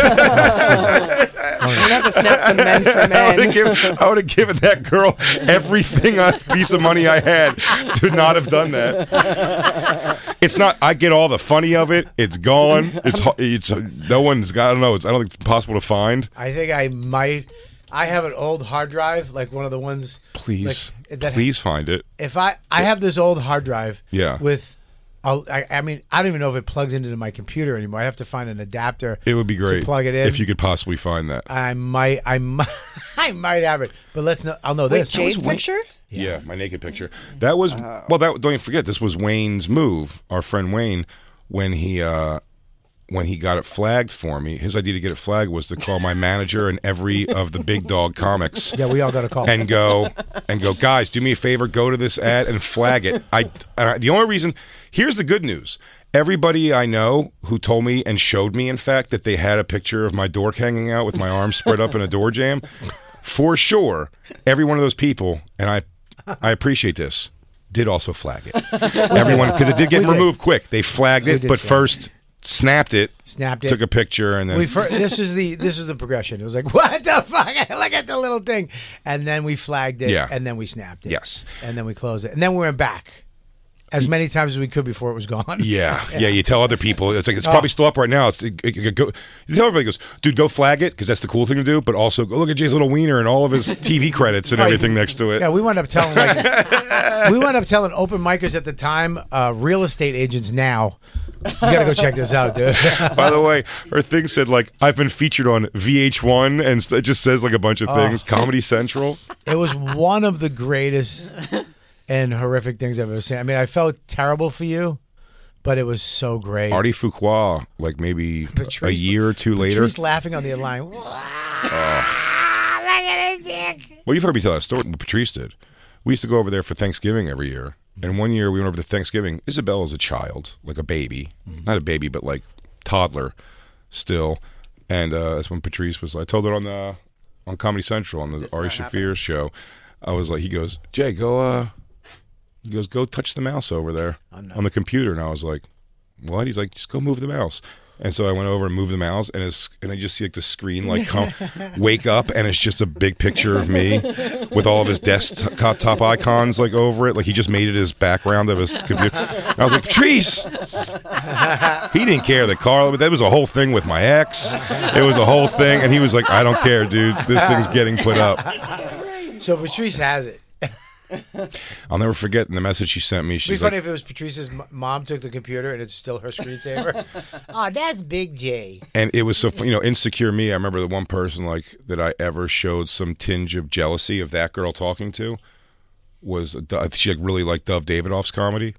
Speaker 6: have to snap some men for
Speaker 2: I would have
Speaker 6: men.
Speaker 2: given, I would have given that girl everything I, piece of money I had to not have done that. It's not. I get all the funny of it. It's gone. It's ho- it's no one's got. I don't know. It's, I don't think it's possible to find.
Speaker 1: I think I might. I have an old hard drive, like one of the ones.
Speaker 2: Please,
Speaker 1: like, that-
Speaker 2: please find it.
Speaker 1: If I I have this old hard drive.
Speaker 2: Yeah.
Speaker 1: With, I'll- I, I mean, I don't even know if it plugs into my computer anymore. I have to find an adapter.
Speaker 2: It would be
Speaker 1: to
Speaker 2: great
Speaker 1: plug it in.
Speaker 2: if you could possibly find that.
Speaker 1: I might. I might. I might have it. But let's know. I'll know
Speaker 6: Wait,
Speaker 1: this.
Speaker 6: Jade's picture?
Speaker 2: Yeah. my naked picture. That was well. That don't even forget. This was Wayne's move. Our friend Wayne, when he uh, when he got it flagged for me, his idea to get it flagged was to call my manager and every of the big dog comics
Speaker 1: Yeah, we all got a call.
Speaker 2: and go and go guys do me a favor go to this ad and flag it i uh, the only reason here's the good news everybody i know who told me and showed me in fact that they had a picture of my dork hanging out with my arms spread up in a door jam for sure every one of those people and i i appreciate this did also flag it everyone because it did get
Speaker 1: We did.
Speaker 2: removed quick they flagged it
Speaker 1: did
Speaker 2: but
Speaker 1: flag
Speaker 2: first snapped it
Speaker 1: Snapped it.
Speaker 2: took a picture and then
Speaker 1: We fir- this is the this is the progression. It was like what the fuck? Look at the little thing, and then we flagged it,
Speaker 2: Yeah.
Speaker 1: and then we snapped it,
Speaker 2: Yes.
Speaker 1: and then we closed it, and then we went back as many times as we could before it was gone.
Speaker 2: Yeah, yeah. You tell other people. It's
Speaker 1: Oh.
Speaker 2: like it's probably still up right now. It's it, it- it- go. You tell everybody goes, dude, go flag it because that's the cool thing to do. But also go look at Jay's little wiener and all of his TV credits and everything next to it.
Speaker 1: Yeah, we wound up telling like, we wound up telling open micers at the time, uh, real estate agents now, you gotta go check this out, dude.
Speaker 2: By the way, her thing said like I've been featured on VH1 and st- it just says like a bunch of things. Comedy Central.
Speaker 1: Oh. it was one of the greatest and horrific things I've ever seen. I mean, I felt terrible for you, but it was so great.
Speaker 2: Artie Fuqua, like maybe a
Speaker 1: Patrice-
Speaker 2: year or two later.
Speaker 1: Patrice laughing on the other line.
Speaker 2: Well, you've heard me tell that story. What Patrice did. We used to go over there for Thanksgiving every year. And one year we went over to Thanksgiving. Isabel is a child, like a baby, not a baby, but like toddler still. And uh, that's when Patrice was. I told it on the on Comedy Central on the Ari Shafir show. I was like, he goes, Jay, go. uh He goes, go touch the mouse over there on the computer. And I was like, what? He's like, just go move the mouse. And so I went over and moved the mouse, and it's, and I just see like the screen like come, wake up, and it's just a big picture of me with all of his desktop top icons like over it. Like he just made it his background of his computer. And I was like, Patrice. He didn't care that Carla, but that was a whole thing with my ex. It was a whole thing, and he was like, I don't care, dude. This thing's getting put up.
Speaker 1: So Patrice has it.
Speaker 2: I'll never forget the message she sent me.
Speaker 1: It'd be
Speaker 2: She's
Speaker 1: funny
Speaker 2: like,
Speaker 1: if it was Patrice's m- mom took the computer and it's still her screensaver. oh, that's Big J.
Speaker 2: and it was so fu- you know insecure me i remember the one person like that i ever showed some tinge of jealousy of that girl talking to was a Do- she like really liked dove davidoff's comedy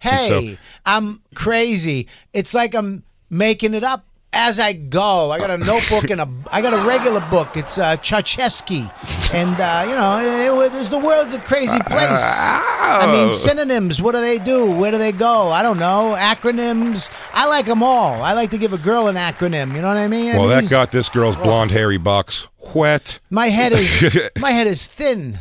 Speaker 1: Hey, I'm crazy. It's like I'm making it up as I go. I got a notebook and a I got a regular book. It's uh, Tchaikovsky, and uh, you know, it, it, it's the world's a crazy
Speaker 2: Uh,
Speaker 1: place. I
Speaker 2: oh.
Speaker 1: mean, synonyms. What do they do? Where do they go? I don't know. Acronyms. I like them all. I like to give a girl an acronym. You know what I mean? I
Speaker 2: well
Speaker 1: mean,
Speaker 2: that
Speaker 1: these-
Speaker 2: got this girl's blonde hairy box wet
Speaker 1: my head is my head is thin.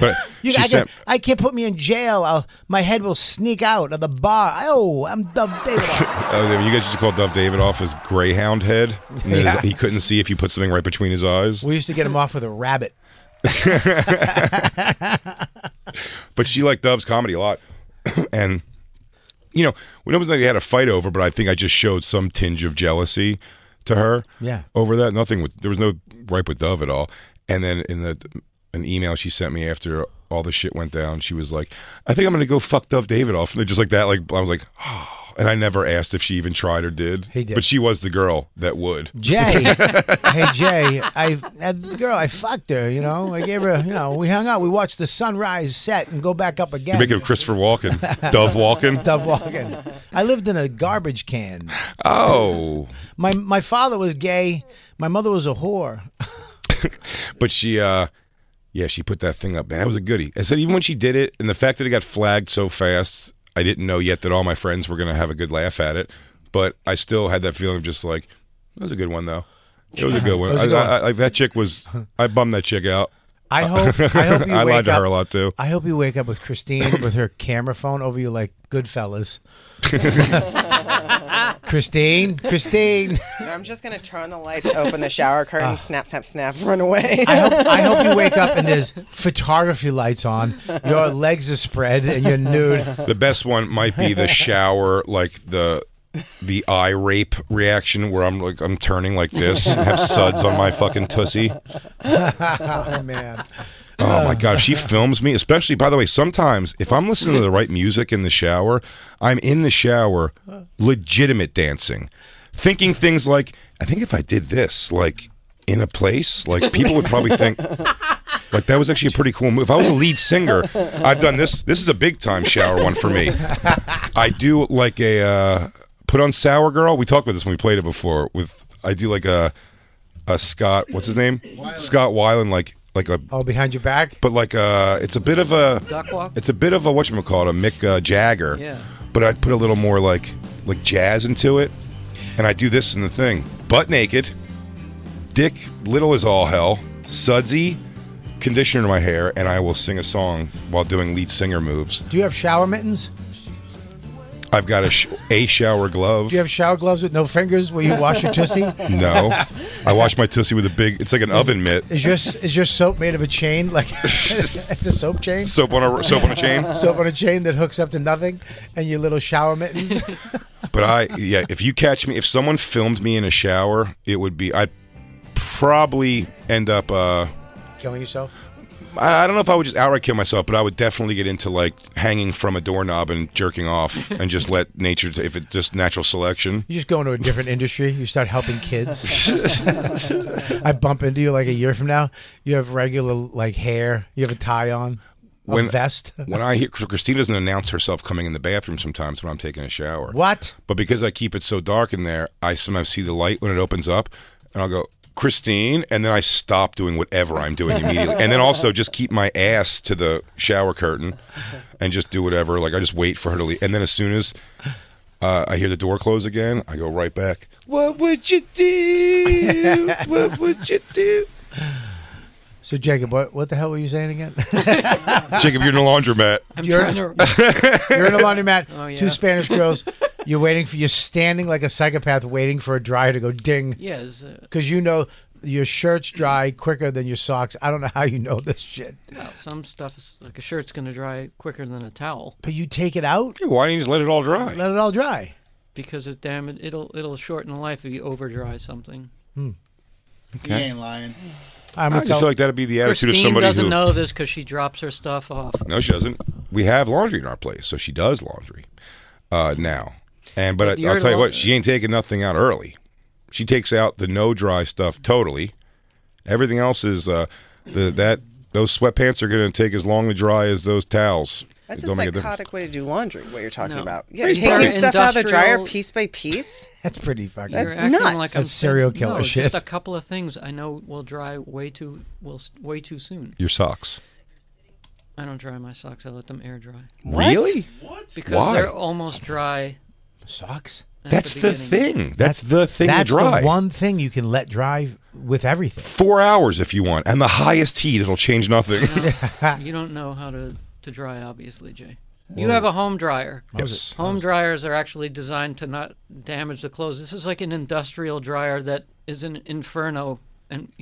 Speaker 2: but
Speaker 1: You,
Speaker 2: she
Speaker 1: I,
Speaker 2: sent
Speaker 1: can, I can't put me in jail. I'll, my head will sneak out of the bar. Oh, I'm the
Speaker 2: oh, you guys used to call dove davidoff his greyhound head and then
Speaker 1: Yeah.
Speaker 2: he couldn't see if you put something right between his eyes
Speaker 1: We used to get him off with a rabbit.
Speaker 2: but she liked dove's comedy a lot and you know, we don't think we had a fight over, but I think I just showed some tinge of jealousy to her.
Speaker 1: Yeah.
Speaker 2: Over that, nothing with there was no gripe with Dove at all. And then in the an email she sent me after all the shit went down, she was like, "I think I'm gonna go fuck Dove David off," and just like that. Like I was like, oh. and I never asked if she even tried or did.
Speaker 1: He did.
Speaker 2: But she was the girl that would.
Speaker 1: Jay, hey Jay, I that girl, I fucked her. You know, I gave her. You know, we hung out, we watched the sunrise set, and go back up
Speaker 2: You
Speaker 1: again.
Speaker 2: make him Christopher Walken, Dove Walken.
Speaker 1: Dove walking. I lived in a garbage can.
Speaker 2: Oh,
Speaker 1: My my father was gay. My mother was a whore.
Speaker 2: But she, uh, yeah, she put that thing up. Man, that was a goodie. I said even when she did it, and the fact that it got flagged so fast, I didn't know yet that all my friends were gonna have a good laugh at it. But I still had that feeling of just like, that was a good one though. It was a good one.
Speaker 1: was a good
Speaker 2: I-
Speaker 1: one.
Speaker 2: I- I- that chick was. I bummed that chick out.
Speaker 1: I hope. I hope you
Speaker 2: I
Speaker 1: wake
Speaker 2: lied to
Speaker 1: up,
Speaker 2: her a lot too.
Speaker 1: I hope you wake up with Christine with her camera phone over you like Goodfellas. Christine, Christine.
Speaker 6: I'm just gonna turn the lights, open the shower
Speaker 2: Ah.
Speaker 6: curtain, snap, snap, snap, run away.
Speaker 1: I hope, I hope you wake up and there's photography lights on. Your legs are spread and you're nude.
Speaker 2: The best one might be the shower, like the the eye rape reaction, where I'm like I'm turning like this and have suds on my fucking tussie.
Speaker 1: Oh man.
Speaker 2: Oh my god, if she films me, especially by the way, sometimes if I'm listening to the right music in the shower, I'm in the shower legitimate dancing. Thinking things like, I think if I did this, like in a place, like people would probably think like that was actually a pretty cool move. If I was a lead singer, I've done this. This is a big time shower one for me. I do like a uh, put on Sour Girl. We talked about this when we played it before. With I do like a a Scott, what's his name? Scott Weiland, like like a
Speaker 1: Oh, behind your back.
Speaker 2: but like uh it's a bit of a
Speaker 5: Duck walk?
Speaker 2: it's a bit of a whatchamacallit, a Mick uh, Jagger.
Speaker 5: Yeah.
Speaker 2: But I put a little more like like jazz into it. And I do this in the thing. Butt naked, dick little as all hell, sudsy, conditioner to my hair, and I will sing a song while doing lead singer moves.
Speaker 1: Do you have shower mittens?
Speaker 2: I've got a, sh- a shower glove.
Speaker 1: Do you have shower gloves with no fingers where you wash your tussie?
Speaker 2: No. I wash my tussie with a big it's like an oven mitt.
Speaker 1: Is your is your soap made of a chain? Like it's a soap chain.
Speaker 2: Soap on a soap on a chain.
Speaker 1: Soap on a chain that hooks up to nothing, and your little shower mittens.
Speaker 2: But I, yeah, if you catch me, if someone filmed me in a shower, it would be, I'd probably end up, uh,
Speaker 1: Killing yourself.
Speaker 2: I, I don't know if I would just outright kill myself, but I would definitely get into like hanging from a doorknob and jerking off and just let nature, t- if it's just natural selection.
Speaker 1: You just go into a different industry. You start helping kids. I bump into you like a year from now. You have regular like hair. You have a tie on, a
Speaker 2: When-
Speaker 1: vest.
Speaker 2: When I hear, Christine doesn't announce herself coming in the bathroom sometimes when I'm taking a shower.
Speaker 1: What?
Speaker 2: But because I keep it so dark in there, I sometimes see the light when it opens up, and I'll go, Christine, and then I stop doing whatever I'm doing immediately. and then also just keep my ass to the shower curtain and just do whatever. Like I just wait for her to leave. And then as soon as uh, I hear the door close again, I go right back. What would you do? what would you do?
Speaker 1: So Jacob, what what the hell were you saying again?
Speaker 2: Jacob, you're in the laundromat.
Speaker 5: I'm
Speaker 1: You're-
Speaker 5: trying to.
Speaker 1: You're in a laundromat.
Speaker 5: Oh, yeah.
Speaker 1: Two Spanish girls. You're waiting for. You're standing like a psychopath, waiting for a dryer to go ding.
Speaker 5: Yes, uh,
Speaker 1: because you know your shirts dry quicker than your socks. I don't know how you know this shit,
Speaker 5: well, some stuff is like a shirt's going to dry quicker than a towel
Speaker 1: but you take it out,
Speaker 2: Hey, Why don't you just let it all dry?
Speaker 1: let it all dry.
Speaker 5: because it damn it, it'll it'll shorten the life if you over dry something.
Speaker 7: He ain't lying.
Speaker 1: I'm
Speaker 2: I
Speaker 1: gonna
Speaker 2: just
Speaker 1: tell.
Speaker 2: feel like that'd be the attitude of
Speaker 5: Christine
Speaker 2: somebody
Speaker 5: doesn't
Speaker 2: who.
Speaker 5: know this because she drops her stuff off.
Speaker 2: No, she doesn't. We have laundry in our place, so she does laundry uh, now. And but, I,
Speaker 5: you're
Speaker 2: I'll tell you
Speaker 5: laun-
Speaker 2: what, she ain't taking nothing out early. She takes out the no dry stuff totally. Everything else is uh, the that those sweatpants are going to take as long to dry as those towels.
Speaker 6: That's
Speaker 2: It
Speaker 6: a
Speaker 2: don't make difference.
Speaker 6: psychotic way to do laundry. What you're talking
Speaker 5: No.
Speaker 6: about? Yeah,
Speaker 2: Hey,
Speaker 6: taking
Speaker 2: Brian.
Speaker 6: stuff out of the dryer
Speaker 5: Industrial-
Speaker 6: piece by piece.
Speaker 1: that's pretty fucking.
Speaker 5: You're
Speaker 6: That's
Speaker 5: acting
Speaker 6: nuts.
Speaker 5: Like
Speaker 6: That's
Speaker 5: I'm-
Speaker 1: serial killer
Speaker 5: no,
Speaker 1: shit.
Speaker 5: Just a couple of things I know will dry way too will s- way too soon.
Speaker 2: Your socks.
Speaker 5: I don't dry my socks. I let them air dry
Speaker 6: What?
Speaker 2: Really?
Speaker 5: because
Speaker 2: Why?
Speaker 5: they're almost dry.
Speaker 1: socks.
Speaker 5: At
Speaker 2: That's the,
Speaker 5: beginning.
Speaker 2: thing. That's the thing
Speaker 1: That's
Speaker 2: to dry.
Speaker 1: the one thing you can let dry with everything.
Speaker 2: Four hours if you want, and the highest heat, it'll change nothing.
Speaker 5: You don't know how to, to dry, obviously, Jay. You have a home dryer.
Speaker 2: Yes.
Speaker 5: Home dryers are actually designed to not damage the clothes. This is like an industrial dryer that is an inferno, and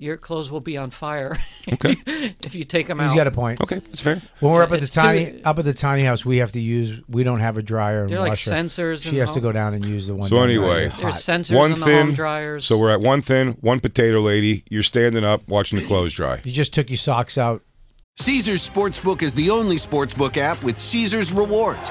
Speaker 5: your clothes will be on fire
Speaker 2: Okay.
Speaker 5: if you take them out.
Speaker 1: He's got a point.
Speaker 2: Okay, that's fair.
Speaker 1: When we're up at the
Speaker 5: It's
Speaker 1: tiny
Speaker 5: too-
Speaker 1: up at the tiny house, we have to use. We don't have a dryer and
Speaker 5: They're like
Speaker 1: washer.
Speaker 5: sensors
Speaker 1: She
Speaker 5: and
Speaker 1: has to
Speaker 5: all-
Speaker 1: go down and use the one.
Speaker 2: So
Speaker 1: down there.
Speaker 2: anyway,
Speaker 1: It's
Speaker 5: There's
Speaker 1: hot.
Speaker 5: sensors
Speaker 2: one
Speaker 5: in the
Speaker 2: thin.
Speaker 5: home dryers.
Speaker 2: So we're at one thin, one potato lady. You're standing up watching the clothes dry.
Speaker 1: you just took your socks out.
Speaker 8: Caesar's Sportsbook is the only sportsbook app with Caesar's rewards.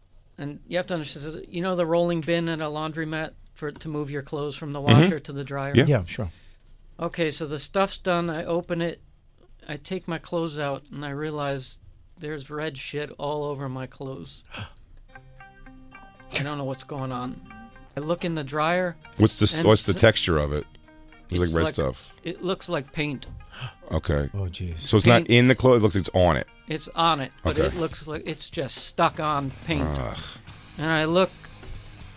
Speaker 5: and you have to understand, you know, the rolling bin at a laundromat for to move your clothes from the washer to the dryer.
Speaker 2: Yeah.
Speaker 1: Mm-hmm. Yeah, sure.
Speaker 5: Okay, so the stuff's done. I open it, I take my clothes out, and I realize there's red shit all over my clothes. I don't know what's going on. I look in the dryer.
Speaker 2: What's the
Speaker 5: And
Speaker 2: what's the
Speaker 5: so-
Speaker 2: texture of it? It's,
Speaker 5: It's
Speaker 2: like red
Speaker 5: like-
Speaker 2: stuff.
Speaker 5: It looks like paint.
Speaker 2: Okay.
Speaker 1: Oh, jeez.
Speaker 2: So it's not in the clothes. It looks like it's on it.
Speaker 5: It's on it, but
Speaker 2: Okay.
Speaker 5: it looks like it's just stuck on paint. And I look,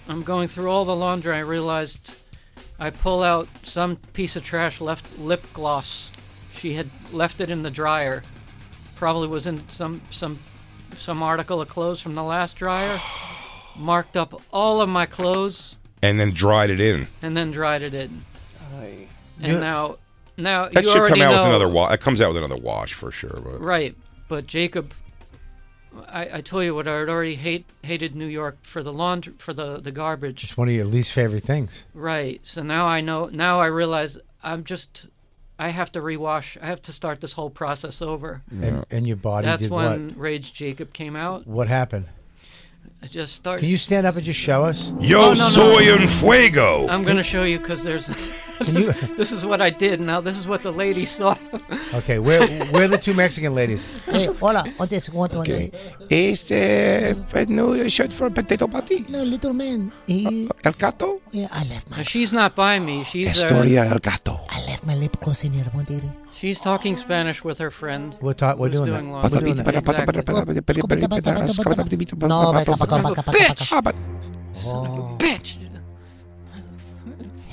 Speaker 5: I'm going through all the laundry. I realized I pull out some piece of trash left lip gloss. She had left it in the dryer. Probably was in some some some article of clothes from the last dryer. Marked up all of my clothes
Speaker 2: And then dried it in.
Speaker 5: and then dried it in. And now now
Speaker 2: That
Speaker 5: you
Speaker 2: should
Speaker 5: already
Speaker 2: come out
Speaker 5: know
Speaker 2: with another wash. It comes out with another wash for sure. But
Speaker 5: Right, but Jacob, I, I tell you what, I had already hate hated New York for the laundry for the the garbage.
Speaker 1: It's one of your least favorite things.
Speaker 5: Right, so now I know. Now I realize I'm just. I have to rewash. I have to start this whole process over.
Speaker 1: And, and your body
Speaker 5: That's
Speaker 1: did
Speaker 5: when
Speaker 1: what?
Speaker 5: Rage Jacob came out.
Speaker 1: What happened?
Speaker 5: I just started.
Speaker 1: Can you stand up and just show us?
Speaker 2: Yo
Speaker 5: Oh, no, no.
Speaker 2: soy un fuego.
Speaker 5: I'm gonna show you because there's. this, this is what I did. Now this is what the lady saw.
Speaker 1: Okay, we're, we're the two Mexican ladies. Hey, hola, on this one,
Speaker 2: Is uh, a new shirt for potato party?
Speaker 1: No, little man. He,
Speaker 2: El gato.
Speaker 1: yeah, I left
Speaker 5: Now, she's not by me. She's uh,
Speaker 2: el gato.
Speaker 1: I left my lip gloss in here one day.
Speaker 5: she's talking Spanish with her friend.
Speaker 1: We're, ta- we're
Speaker 5: who's
Speaker 1: doing,
Speaker 5: doing
Speaker 1: that.
Speaker 5: laundry.
Speaker 1: We're doing that.
Speaker 5: Exactly. Bitch! Son of a bitch!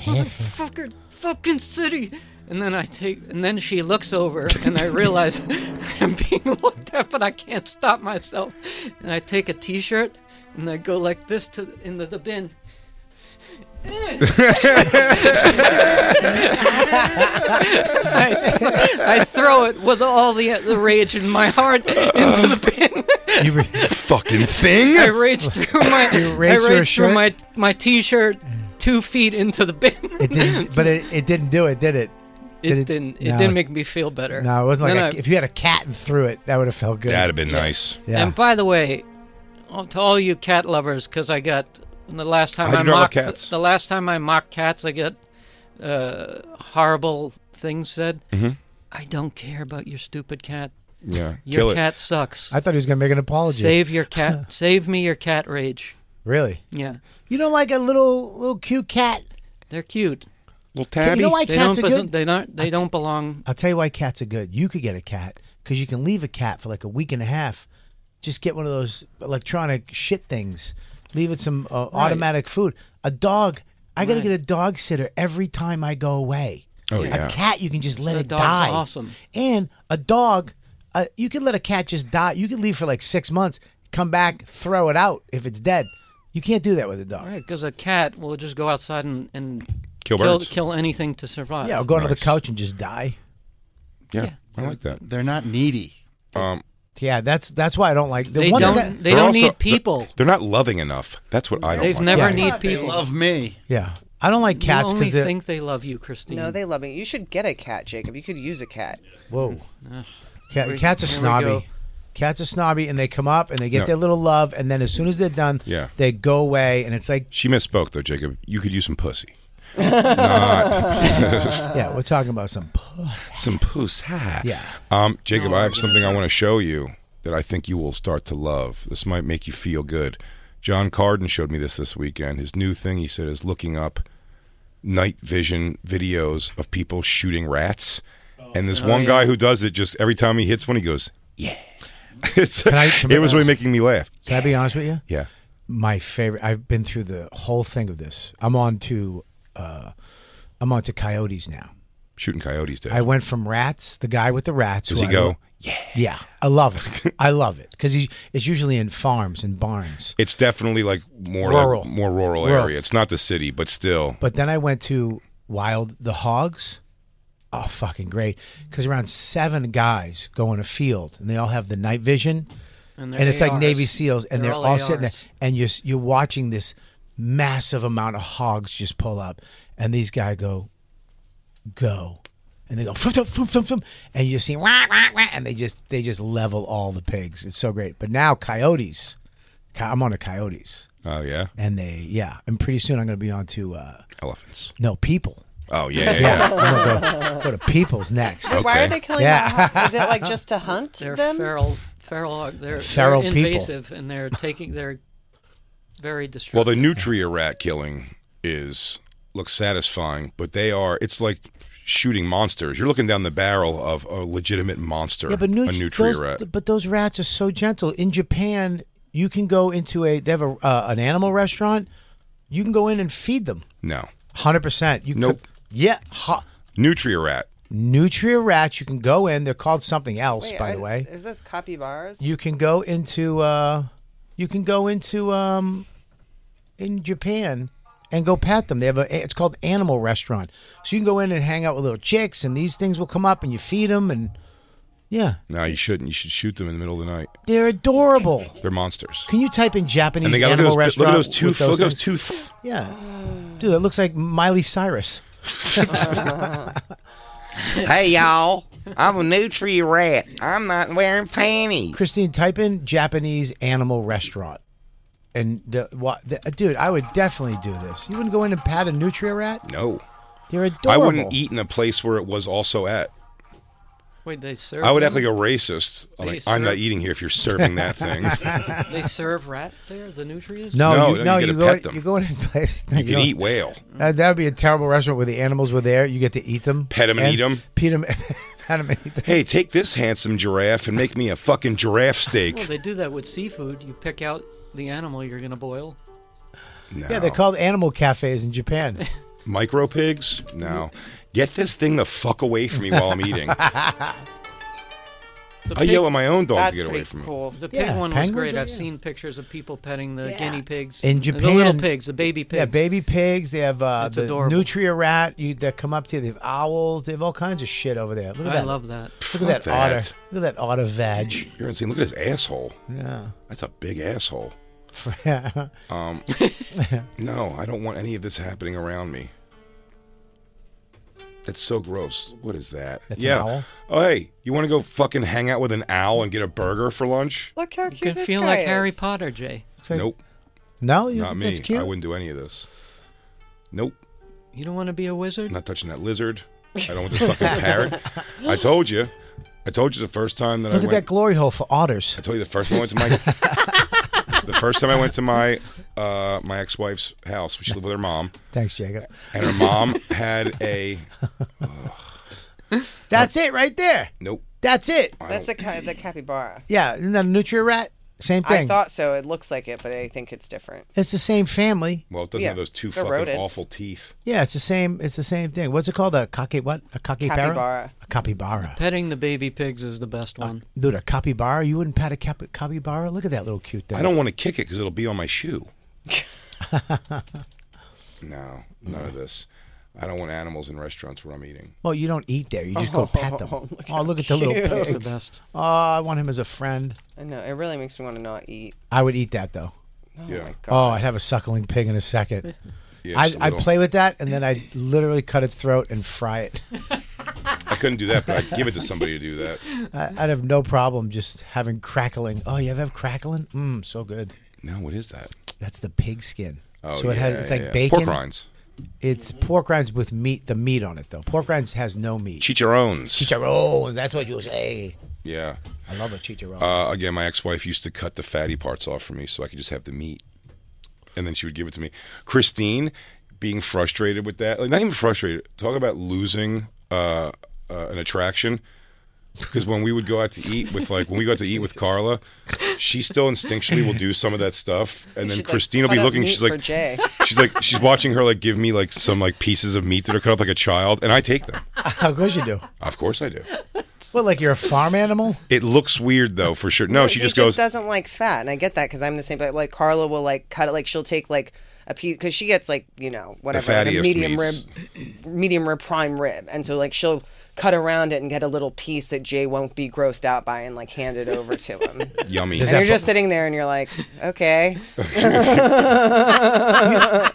Speaker 5: Motherfucker, fucking city! And then I take, and then she looks over, and I realize I'm being looked at, but I can't stop myself. And I take a T-shirt, and I go like this to into the bin. I, I throw it with all the the rage in my heart into the bin.
Speaker 1: You re-
Speaker 2: Fucking thing.
Speaker 5: I raged through my
Speaker 1: raged
Speaker 5: I
Speaker 1: through a Mm.
Speaker 5: raged through
Speaker 1: shirt?
Speaker 5: my my t-shirt two feet into the bin.
Speaker 1: it didn't, but it, it didn't do it, did it?
Speaker 5: It,
Speaker 1: did it-
Speaker 5: didn't. It
Speaker 1: no.
Speaker 5: didn't make me feel better.
Speaker 1: No, it wasn't
Speaker 5: Then
Speaker 1: like a,
Speaker 5: I-
Speaker 1: if you had a cat and threw it, that would have felt good.
Speaker 2: That'd have been nice.
Speaker 1: yeah.
Speaker 5: And by the way, oh, to all you cat lovers, because I got the last time
Speaker 2: I
Speaker 5: I,
Speaker 2: do not love
Speaker 5: mocked
Speaker 2: cats.
Speaker 5: the last time I mocked cats, I got uh, horrible things said.
Speaker 2: Mm-hmm.
Speaker 5: I don't care about your stupid cat.
Speaker 2: Yeah.
Speaker 5: Your
Speaker 2: Kill
Speaker 5: cat sucks.
Speaker 1: I thought he was going to make an apology.
Speaker 5: Save your cat. save me your cat rage.
Speaker 1: Really?
Speaker 5: Yeah,
Speaker 1: You don't like a little little cute cat?
Speaker 5: they're cute.
Speaker 2: it. Little
Speaker 1: You
Speaker 2: tabby.
Speaker 1: know why
Speaker 5: They
Speaker 1: cats
Speaker 5: don't.
Speaker 1: are
Speaker 5: bes-
Speaker 1: good?
Speaker 5: They don't. They
Speaker 1: That's-
Speaker 5: don't belong
Speaker 1: I'll tell you why cats are good. You could get a cat because you can leave a cat for like a week and a half. Just get one of those electronic shit things. Leave it some uh, automatic food. A dog. I got to get a dog sitter every time I go away.
Speaker 2: Oh, yeah.
Speaker 1: A cat, you can just let
Speaker 5: The
Speaker 1: it
Speaker 5: dog's
Speaker 1: die.
Speaker 5: awesome.
Speaker 1: And a dog, uh, you could let a cat just die. You could leave for like six months, come back, throw it out if it's dead. You can't do that with a dog.
Speaker 5: Right, because a cat will just go outside and, and
Speaker 2: Kill
Speaker 5: kill,
Speaker 2: birds.
Speaker 5: kill anything to survive.
Speaker 1: Yeah, or go under the
Speaker 2: Nice.
Speaker 1: couch and just die.
Speaker 2: Yeah.
Speaker 5: Yeah.
Speaker 2: I like that.
Speaker 7: They're not needy.
Speaker 2: Um,
Speaker 1: Yeah, that's that's why I don't like the
Speaker 5: they
Speaker 1: one thing
Speaker 5: don't.
Speaker 1: that-
Speaker 5: they
Speaker 2: they're
Speaker 5: don't
Speaker 2: also-
Speaker 5: need people.
Speaker 2: They're, they're not loving enough. That's what I don't
Speaker 5: They've
Speaker 2: like.
Speaker 5: never
Speaker 1: Yeah.
Speaker 5: need
Speaker 7: They
Speaker 5: people.
Speaker 7: love me.
Speaker 1: Yeah, I don't like
Speaker 5: You
Speaker 1: cats
Speaker 5: only
Speaker 1: because they're.
Speaker 5: think they love you, Christine.
Speaker 6: No, they love me. You should get a cat, Jacob. You could use a cat.
Speaker 1: Whoa.
Speaker 5: Ugh.
Speaker 1: Cat,
Speaker 5: Here we-
Speaker 1: cats are
Speaker 5: here we go.
Speaker 1: snobby. Cats are snobby, and they come up and they get
Speaker 2: No.
Speaker 1: their little love, and then as soon as they're done,
Speaker 2: Yeah.
Speaker 1: they go away, and it's like,
Speaker 2: She misspoke though, Jacob. You could use some pussy.
Speaker 1: yeah,
Speaker 5: Uh,
Speaker 1: we're talking about some pussy.
Speaker 2: Some puss. Ha.
Speaker 1: Yeah.
Speaker 2: Um, Jacob, I have something I want to show you that I think you will start to love. This might make you feel good. John Carden showed me this this weekend. His new thing, he said, is looking up night vision videos of people shooting rats. And this
Speaker 5: Oh,
Speaker 2: one
Speaker 5: yeah.
Speaker 2: guy who does it just every time he hits one, he goes, "Yeah." it's,
Speaker 1: Can I- can I-
Speaker 2: it was really making me laugh.
Speaker 1: Can I be honest with you?
Speaker 2: Yeah.
Speaker 1: My favorite. I've been through the whole thing of this. I'm on to, uh, I'm on to coyotes now.
Speaker 2: Shooting coyotes, dude.
Speaker 1: I went from rats, the guy with the rats.
Speaker 2: Does
Speaker 1: who
Speaker 2: he
Speaker 1: I-
Speaker 2: go?
Speaker 1: Yeah, I love it. I love it because it's usually in farms and barns.
Speaker 2: It's definitely like more like-
Speaker 1: Rural.
Speaker 2: more rural,
Speaker 1: Rural.
Speaker 2: area. It's not the city, but still.
Speaker 1: But then I went to Wild the Hogs. Oh, fucking great! Because around seven guys go in a field, and they all have the night vision, and,
Speaker 5: And they're
Speaker 1: it's like Navy
Speaker 5: ARs.
Speaker 1: SEALs, and
Speaker 5: They're
Speaker 1: they're,
Speaker 5: all
Speaker 1: all, sitting there,
Speaker 5: ARs.
Speaker 1: and you're you're watching this massive amount of hogs just pull up, and these guys go, go, and they go, fum, fum, fum, fum, fum, and you see, wah, wah, wah, and they just they just level all the pigs. It's so great. But now coyotes, Co- I'm on to coyotes,
Speaker 2: Oh yeah,
Speaker 1: and they yeah, and pretty soon I'm going to be on to uh,
Speaker 2: elephants.
Speaker 1: no people.
Speaker 2: Oh yeah, yeah.
Speaker 1: Yeah,
Speaker 2: yeah.
Speaker 1: I'm gonna go, go to people's next.
Speaker 6: Wait, why are they killing
Speaker 1: Yeah.
Speaker 6: that hog? Is it like just to hunt
Speaker 5: They're
Speaker 6: them?
Speaker 5: feral, feral. They're,
Speaker 1: Feral
Speaker 5: they're
Speaker 1: people.
Speaker 5: invasive, and they're taking. They're very destructive.
Speaker 2: Well, the nutria rat killing is looks satisfying, but they are. It's like shooting monsters. You're looking down the barrel of a legitimate monster.
Speaker 1: Yeah, but
Speaker 2: a
Speaker 1: nut-
Speaker 2: nutria
Speaker 1: those,
Speaker 2: rat.
Speaker 1: But those rats are so gentle. In Japan, you can go into a they have a, uh, an animal restaurant. You can go in and feed them.
Speaker 2: no,
Speaker 1: Hundred percent. You
Speaker 2: Nope.
Speaker 1: Could, yeah. Ha,
Speaker 2: nutria rat.
Speaker 1: nutria rats. You can go in. They're called something else,
Speaker 6: Wait,
Speaker 1: by
Speaker 6: are-
Speaker 1: the way.
Speaker 6: Is this capybaras?
Speaker 1: You can go into. Uh, you can go into um, in Japan. And go pet them. They have a. It's called animal restaurant. So you can go in and hang out with little chicks, and these things will come up, and you feed them, and yeah,
Speaker 2: No, you shouldn't. You should shoot them in the middle of the night.
Speaker 1: They're adorable.
Speaker 2: They're monsters.
Speaker 1: Can you type in Japanese
Speaker 2: And they got look at
Speaker 1: animal
Speaker 2: those, look
Speaker 1: restaurant?
Speaker 2: at those two.
Speaker 1: with
Speaker 2: Look at those
Speaker 1: things?
Speaker 2: two. f-
Speaker 1: Yeah, dude, that looks like Miley Cyrus.
Speaker 9: hey y'all, I'm a nutria rat. I'm not wearing panties.
Speaker 1: Christine, type in Japanese animal restaurant, and the, wha- the, dude, I would definitely do this. You wouldn't go in and pat a nutria rat?
Speaker 2: No,
Speaker 1: They're adorable.
Speaker 2: I wouldn't eat in a place where it was also at.
Speaker 5: Wait, they serve.
Speaker 2: I would act
Speaker 5: them?
Speaker 2: like a racist. I'm,
Speaker 5: They
Speaker 2: like, I'm not
Speaker 5: serve-
Speaker 2: eating here if you're serving that thing.
Speaker 5: They serve rat there. The nutrients.
Speaker 1: No,
Speaker 2: No,
Speaker 1: you,
Speaker 2: no,
Speaker 1: no,
Speaker 2: you
Speaker 1: you,
Speaker 2: get to
Speaker 1: go.
Speaker 2: pet
Speaker 1: in-
Speaker 2: them.
Speaker 1: You go in a place. no,
Speaker 2: You can
Speaker 1: don't. Uh,
Speaker 2: eat whale.
Speaker 1: That that would be a terrible restaurant where the animals were there. You get to eat them,
Speaker 2: Pet 'em and eat 'em.
Speaker 1: pet them, pet 'em and eat them.
Speaker 2: Hey, take this handsome giraffe and make me a fucking giraffe
Speaker 5: Well,
Speaker 2: steak.
Speaker 5: they do that with seafood. You pick out the animal you're going to boil.
Speaker 2: No.
Speaker 1: Yeah, they're called animal cafes in Japan.
Speaker 2: Micro pigs? No. Get this thing the fuck away from me while I'm eating.
Speaker 5: The
Speaker 2: I yell at my own dog
Speaker 6: That's
Speaker 2: to get away
Speaker 6: pretty
Speaker 2: from me.
Speaker 6: cool.
Speaker 5: The pig
Speaker 1: Yeah,
Speaker 5: one was
Speaker 1: penguins
Speaker 5: great.
Speaker 1: are-
Speaker 5: I've
Speaker 1: yeah.
Speaker 5: seen pictures of people petting the guinea pigs
Speaker 1: in
Speaker 5: and
Speaker 1: Japan.
Speaker 5: The little pigs, the baby pigs.
Speaker 1: Yeah, baby pigs. They have uh,
Speaker 5: That's
Speaker 1: the
Speaker 5: adorable.
Speaker 1: nutria rat you, that come up to you. They have owls. They have all kinds of shit over there. Look at
Speaker 5: I
Speaker 1: that.
Speaker 5: love that.
Speaker 1: Look at that,
Speaker 2: Fuck that.
Speaker 1: otter. Look at that otter vag.
Speaker 2: You're insane. Look at his asshole.
Speaker 1: Yeah.
Speaker 2: That's a big asshole. Um, no, I don't want any of this happening around me. That's so gross. What is that?
Speaker 1: That's an
Speaker 2: yeah.
Speaker 1: owl?
Speaker 2: Oh, hey, you want to go fucking hang out with an owl and get a burger for lunch?
Speaker 6: Look how
Speaker 5: You
Speaker 6: cute
Speaker 5: can
Speaker 6: this
Speaker 5: feel
Speaker 6: guy
Speaker 5: like
Speaker 6: is.
Speaker 5: Harry Potter, Jay.
Speaker 1: Looks like-
Speaker 2: nope,
Speaker 1: No, you
Speaker 2: not
Speaker 1: think
Speaker 2: me.
Speaker 1: that's cute?
Speaker 2: I wouldn't do any of this. Nope.
Speaker 5: You don't want to be a wizard?
Speaker 2: I'm not touching that lizard. I don't want this fucking parrot. I told you. I told you the first time that
Speaker 1: Look
Speaker 2: I
Speaker 1: at
Speaker 2: went.
Speaker 1: that glory hole for otters.
Speaker 2: I told you the first time I went to my. the first time I went to my uh, my ex wife's house. She lived with her mom,
Speaker 1: Thanks, Jacob.
Speaker 2: and her mom had a
Speaker 1: That's it right there.
Speaker 2: nope.
Speaker 1: That's it.
Speaker 2: I
Speaker 6: That's the
Speaker 2: don't-
Speaker 6: kind of the capybara.
Speaker 1: Yeah, isn't that a nutria rat? Same thing.
Speaker 6: I thought so. It looks like it, but I think it's different.
Speaker 1: it's the same family.
Speaker 2: well, it doesn't
Speaker 6: yeah,
Speaker 2: have those two
Speaker 6: they're
Speaker 2: fucking
Speaker 6: rodents.
Speaker 2: awful teeth.
Speaker 1: Yeah, it's the same. It's the same thing. What's it called? A cocky what? A cocky
Speaker 6: Capybara.
Speaker 1: A capybara.
Speaker 5: Petting the baby pigs is the best one.
Speaker 1: Dude, a capybara. You wouldn't pat a cap- capybara. Look at that little cute thing.
Speaker 2: I don't want to kick it because it'll be on my shoe. no, none of this. I don't want animals in restaurants where I'm eating.
Speaker 1: Well, you don't eat there. You just go pat them.
Speaker 6: Oh,
Speaker 1: Oh,
Speaker 6: look
Speaker 1: look,
Speaker 6: how
Speaker 1: at the little
Speaker 6: cute.
Speaker 5: That's the
Speaker 1: pigs.
Speaker 5: best.
Speaker 1: Oh, I want him as a friend.
Speaker 6: I know. It really makes me want to not eat.
Speaker 1: I would eat that though.
Speaker 6: Oh
Speaker 2: Yeah.
Speaker 6: my
Speaker 1: Oh,
Speaker 6: god.
Speaker 1: I'd have a suckling pig in a second.
Speaker 2: Yeah,
Speaker 1: I,
Speaker 2: it's a
Speaker 1: I
Speaker 2: little-
Speaker 1: play with that and then I literally cut its throat and fry it.
Speaker 2: I couldn't do that, but I'd give it to somebody to do that.
Speaker 1: I, I'd have no problem just having crackling. Oh, you ever have crackling? Mmm, so good.
Speaker 2: No, what is that?
Speaker 1: That's the pig skin.
Speaker 2: Oh,
Speaker 1: so it has
Speaker 2: yeah,
Speaker 1: it's like
Speaker 2: yeah, yeah.
Speaker 1: bacon.
Speaker 2: Pork rinds.
Speaker 1: It's pork rinds with meat. The meat on it though. Pork rinds has no meat.
Speaker 2: Chicharrones.
Speaker 1: Chicharrones. That's what you say.
Speaker 2: Yeah.
Speaker 1: I love a chicharrón.
Speaker 2: Uh, again, my ex-wife used to cut the fatty parts off for me so I could just have the meat, and then she would give it to me. Christine, being frustrated with that, like not even frustrated. Talk about losing uh, uh, an attraction. Because when we would go out to eat with like when we go out to eat with Carla, she still instinctually will do some of that stuff, and then
Speaker 6: should, like,
Speaker 2: Christine will
Speaker 6: cut
Speaker 2: be
Speaker 6: up
Speaker 2: looking.
Speaker 6: meat
Speaker 2: She's
Speaker 6: for
Speaker 2: like,
Speaker 6: Jay.
Speaker 2: she's like, she's watching her like give me like some like pieces of meat that are cut up like a child, and I take them.
Speaker 1: of course you do.
Speaker 2: Of course I do.
Speaker 1: What, like you're a farm animal?
Speaker 2: It looks weird though, for sure. No, Oh, she
Speaker 6: he
Speaker 2: just goes.
Speaker 6: doesn't like fat, and I get that because I'm the same. But like Carla will like cut it, like she'll take like a piece because she gets like you know whatever like, a
Speaker 2: fattiest
Speaker 6: medium
Speaker 2: meats.
Speaker 6: rib, medium rib prime rib, and so like she'll cut around it and get a little piece that Jay won't be grossed out by, and like hand it over to him.
Speaker 2: Yummy.
Speaker 6: and you're just sitting there, and you're like, okay.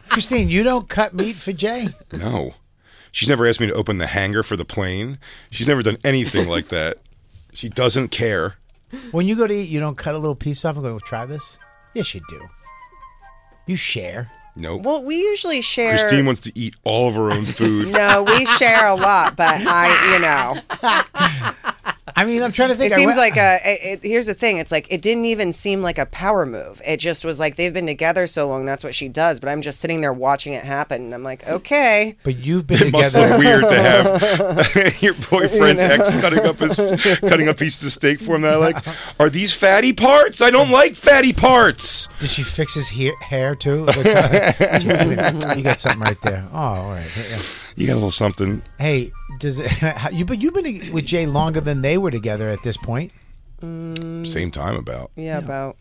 Speaker 1: Christine, you don't cut meat for Jay.
Speaker 2: No. She's never asked me to open the hangar for the plane. She's never done anything like that. She doesn't care.
Speaker 1: When you go to eat, you don't cut a little piece off and go, try this? Yes, you do. You share.
Speaker 2: Nope.
Speaker 6: Well, we usually share.
Speaker 2: Christine wants to eat all of her own food.
Speaker 6: no, we share a lot, but I, you know.
Speaker 1: I mean, I'm trying to think.
Speaker 6: It
Speaker 1: I
Speaker 6: seems
Speaker 1: went-
Speaker 6: like a. It, it, here's the thing. It's like it didn't even seem like a power move. It just was like they've been together so long. That's what she does. But I'm just sitting there watching it happen, and I'm
Speaker 1: Hmm.
Speaker 6: like, okay.
Speaker 1: But you've been
Speaker 2: It must
Speaker 1: together.
Speaker 2: look weird to have your boyfriend's
Speaker 6: You know.
Speaker 2: ex cutting up his cutting up pieces of steak for him. That I like. Are these fatty parts? I don't like fatty parts.
Speaker 1: Did she fix his hair, hair too? Like, sorry. you got something right there. Oh, all right. Yeah.
Speaker 2: You got a little something.
Speaker 1: Hey, does it, how- you? But you've been with Jay longer than they were together at this point.
Speaker 2: Same time about.
Speaker 6: Mm. Yeah, about.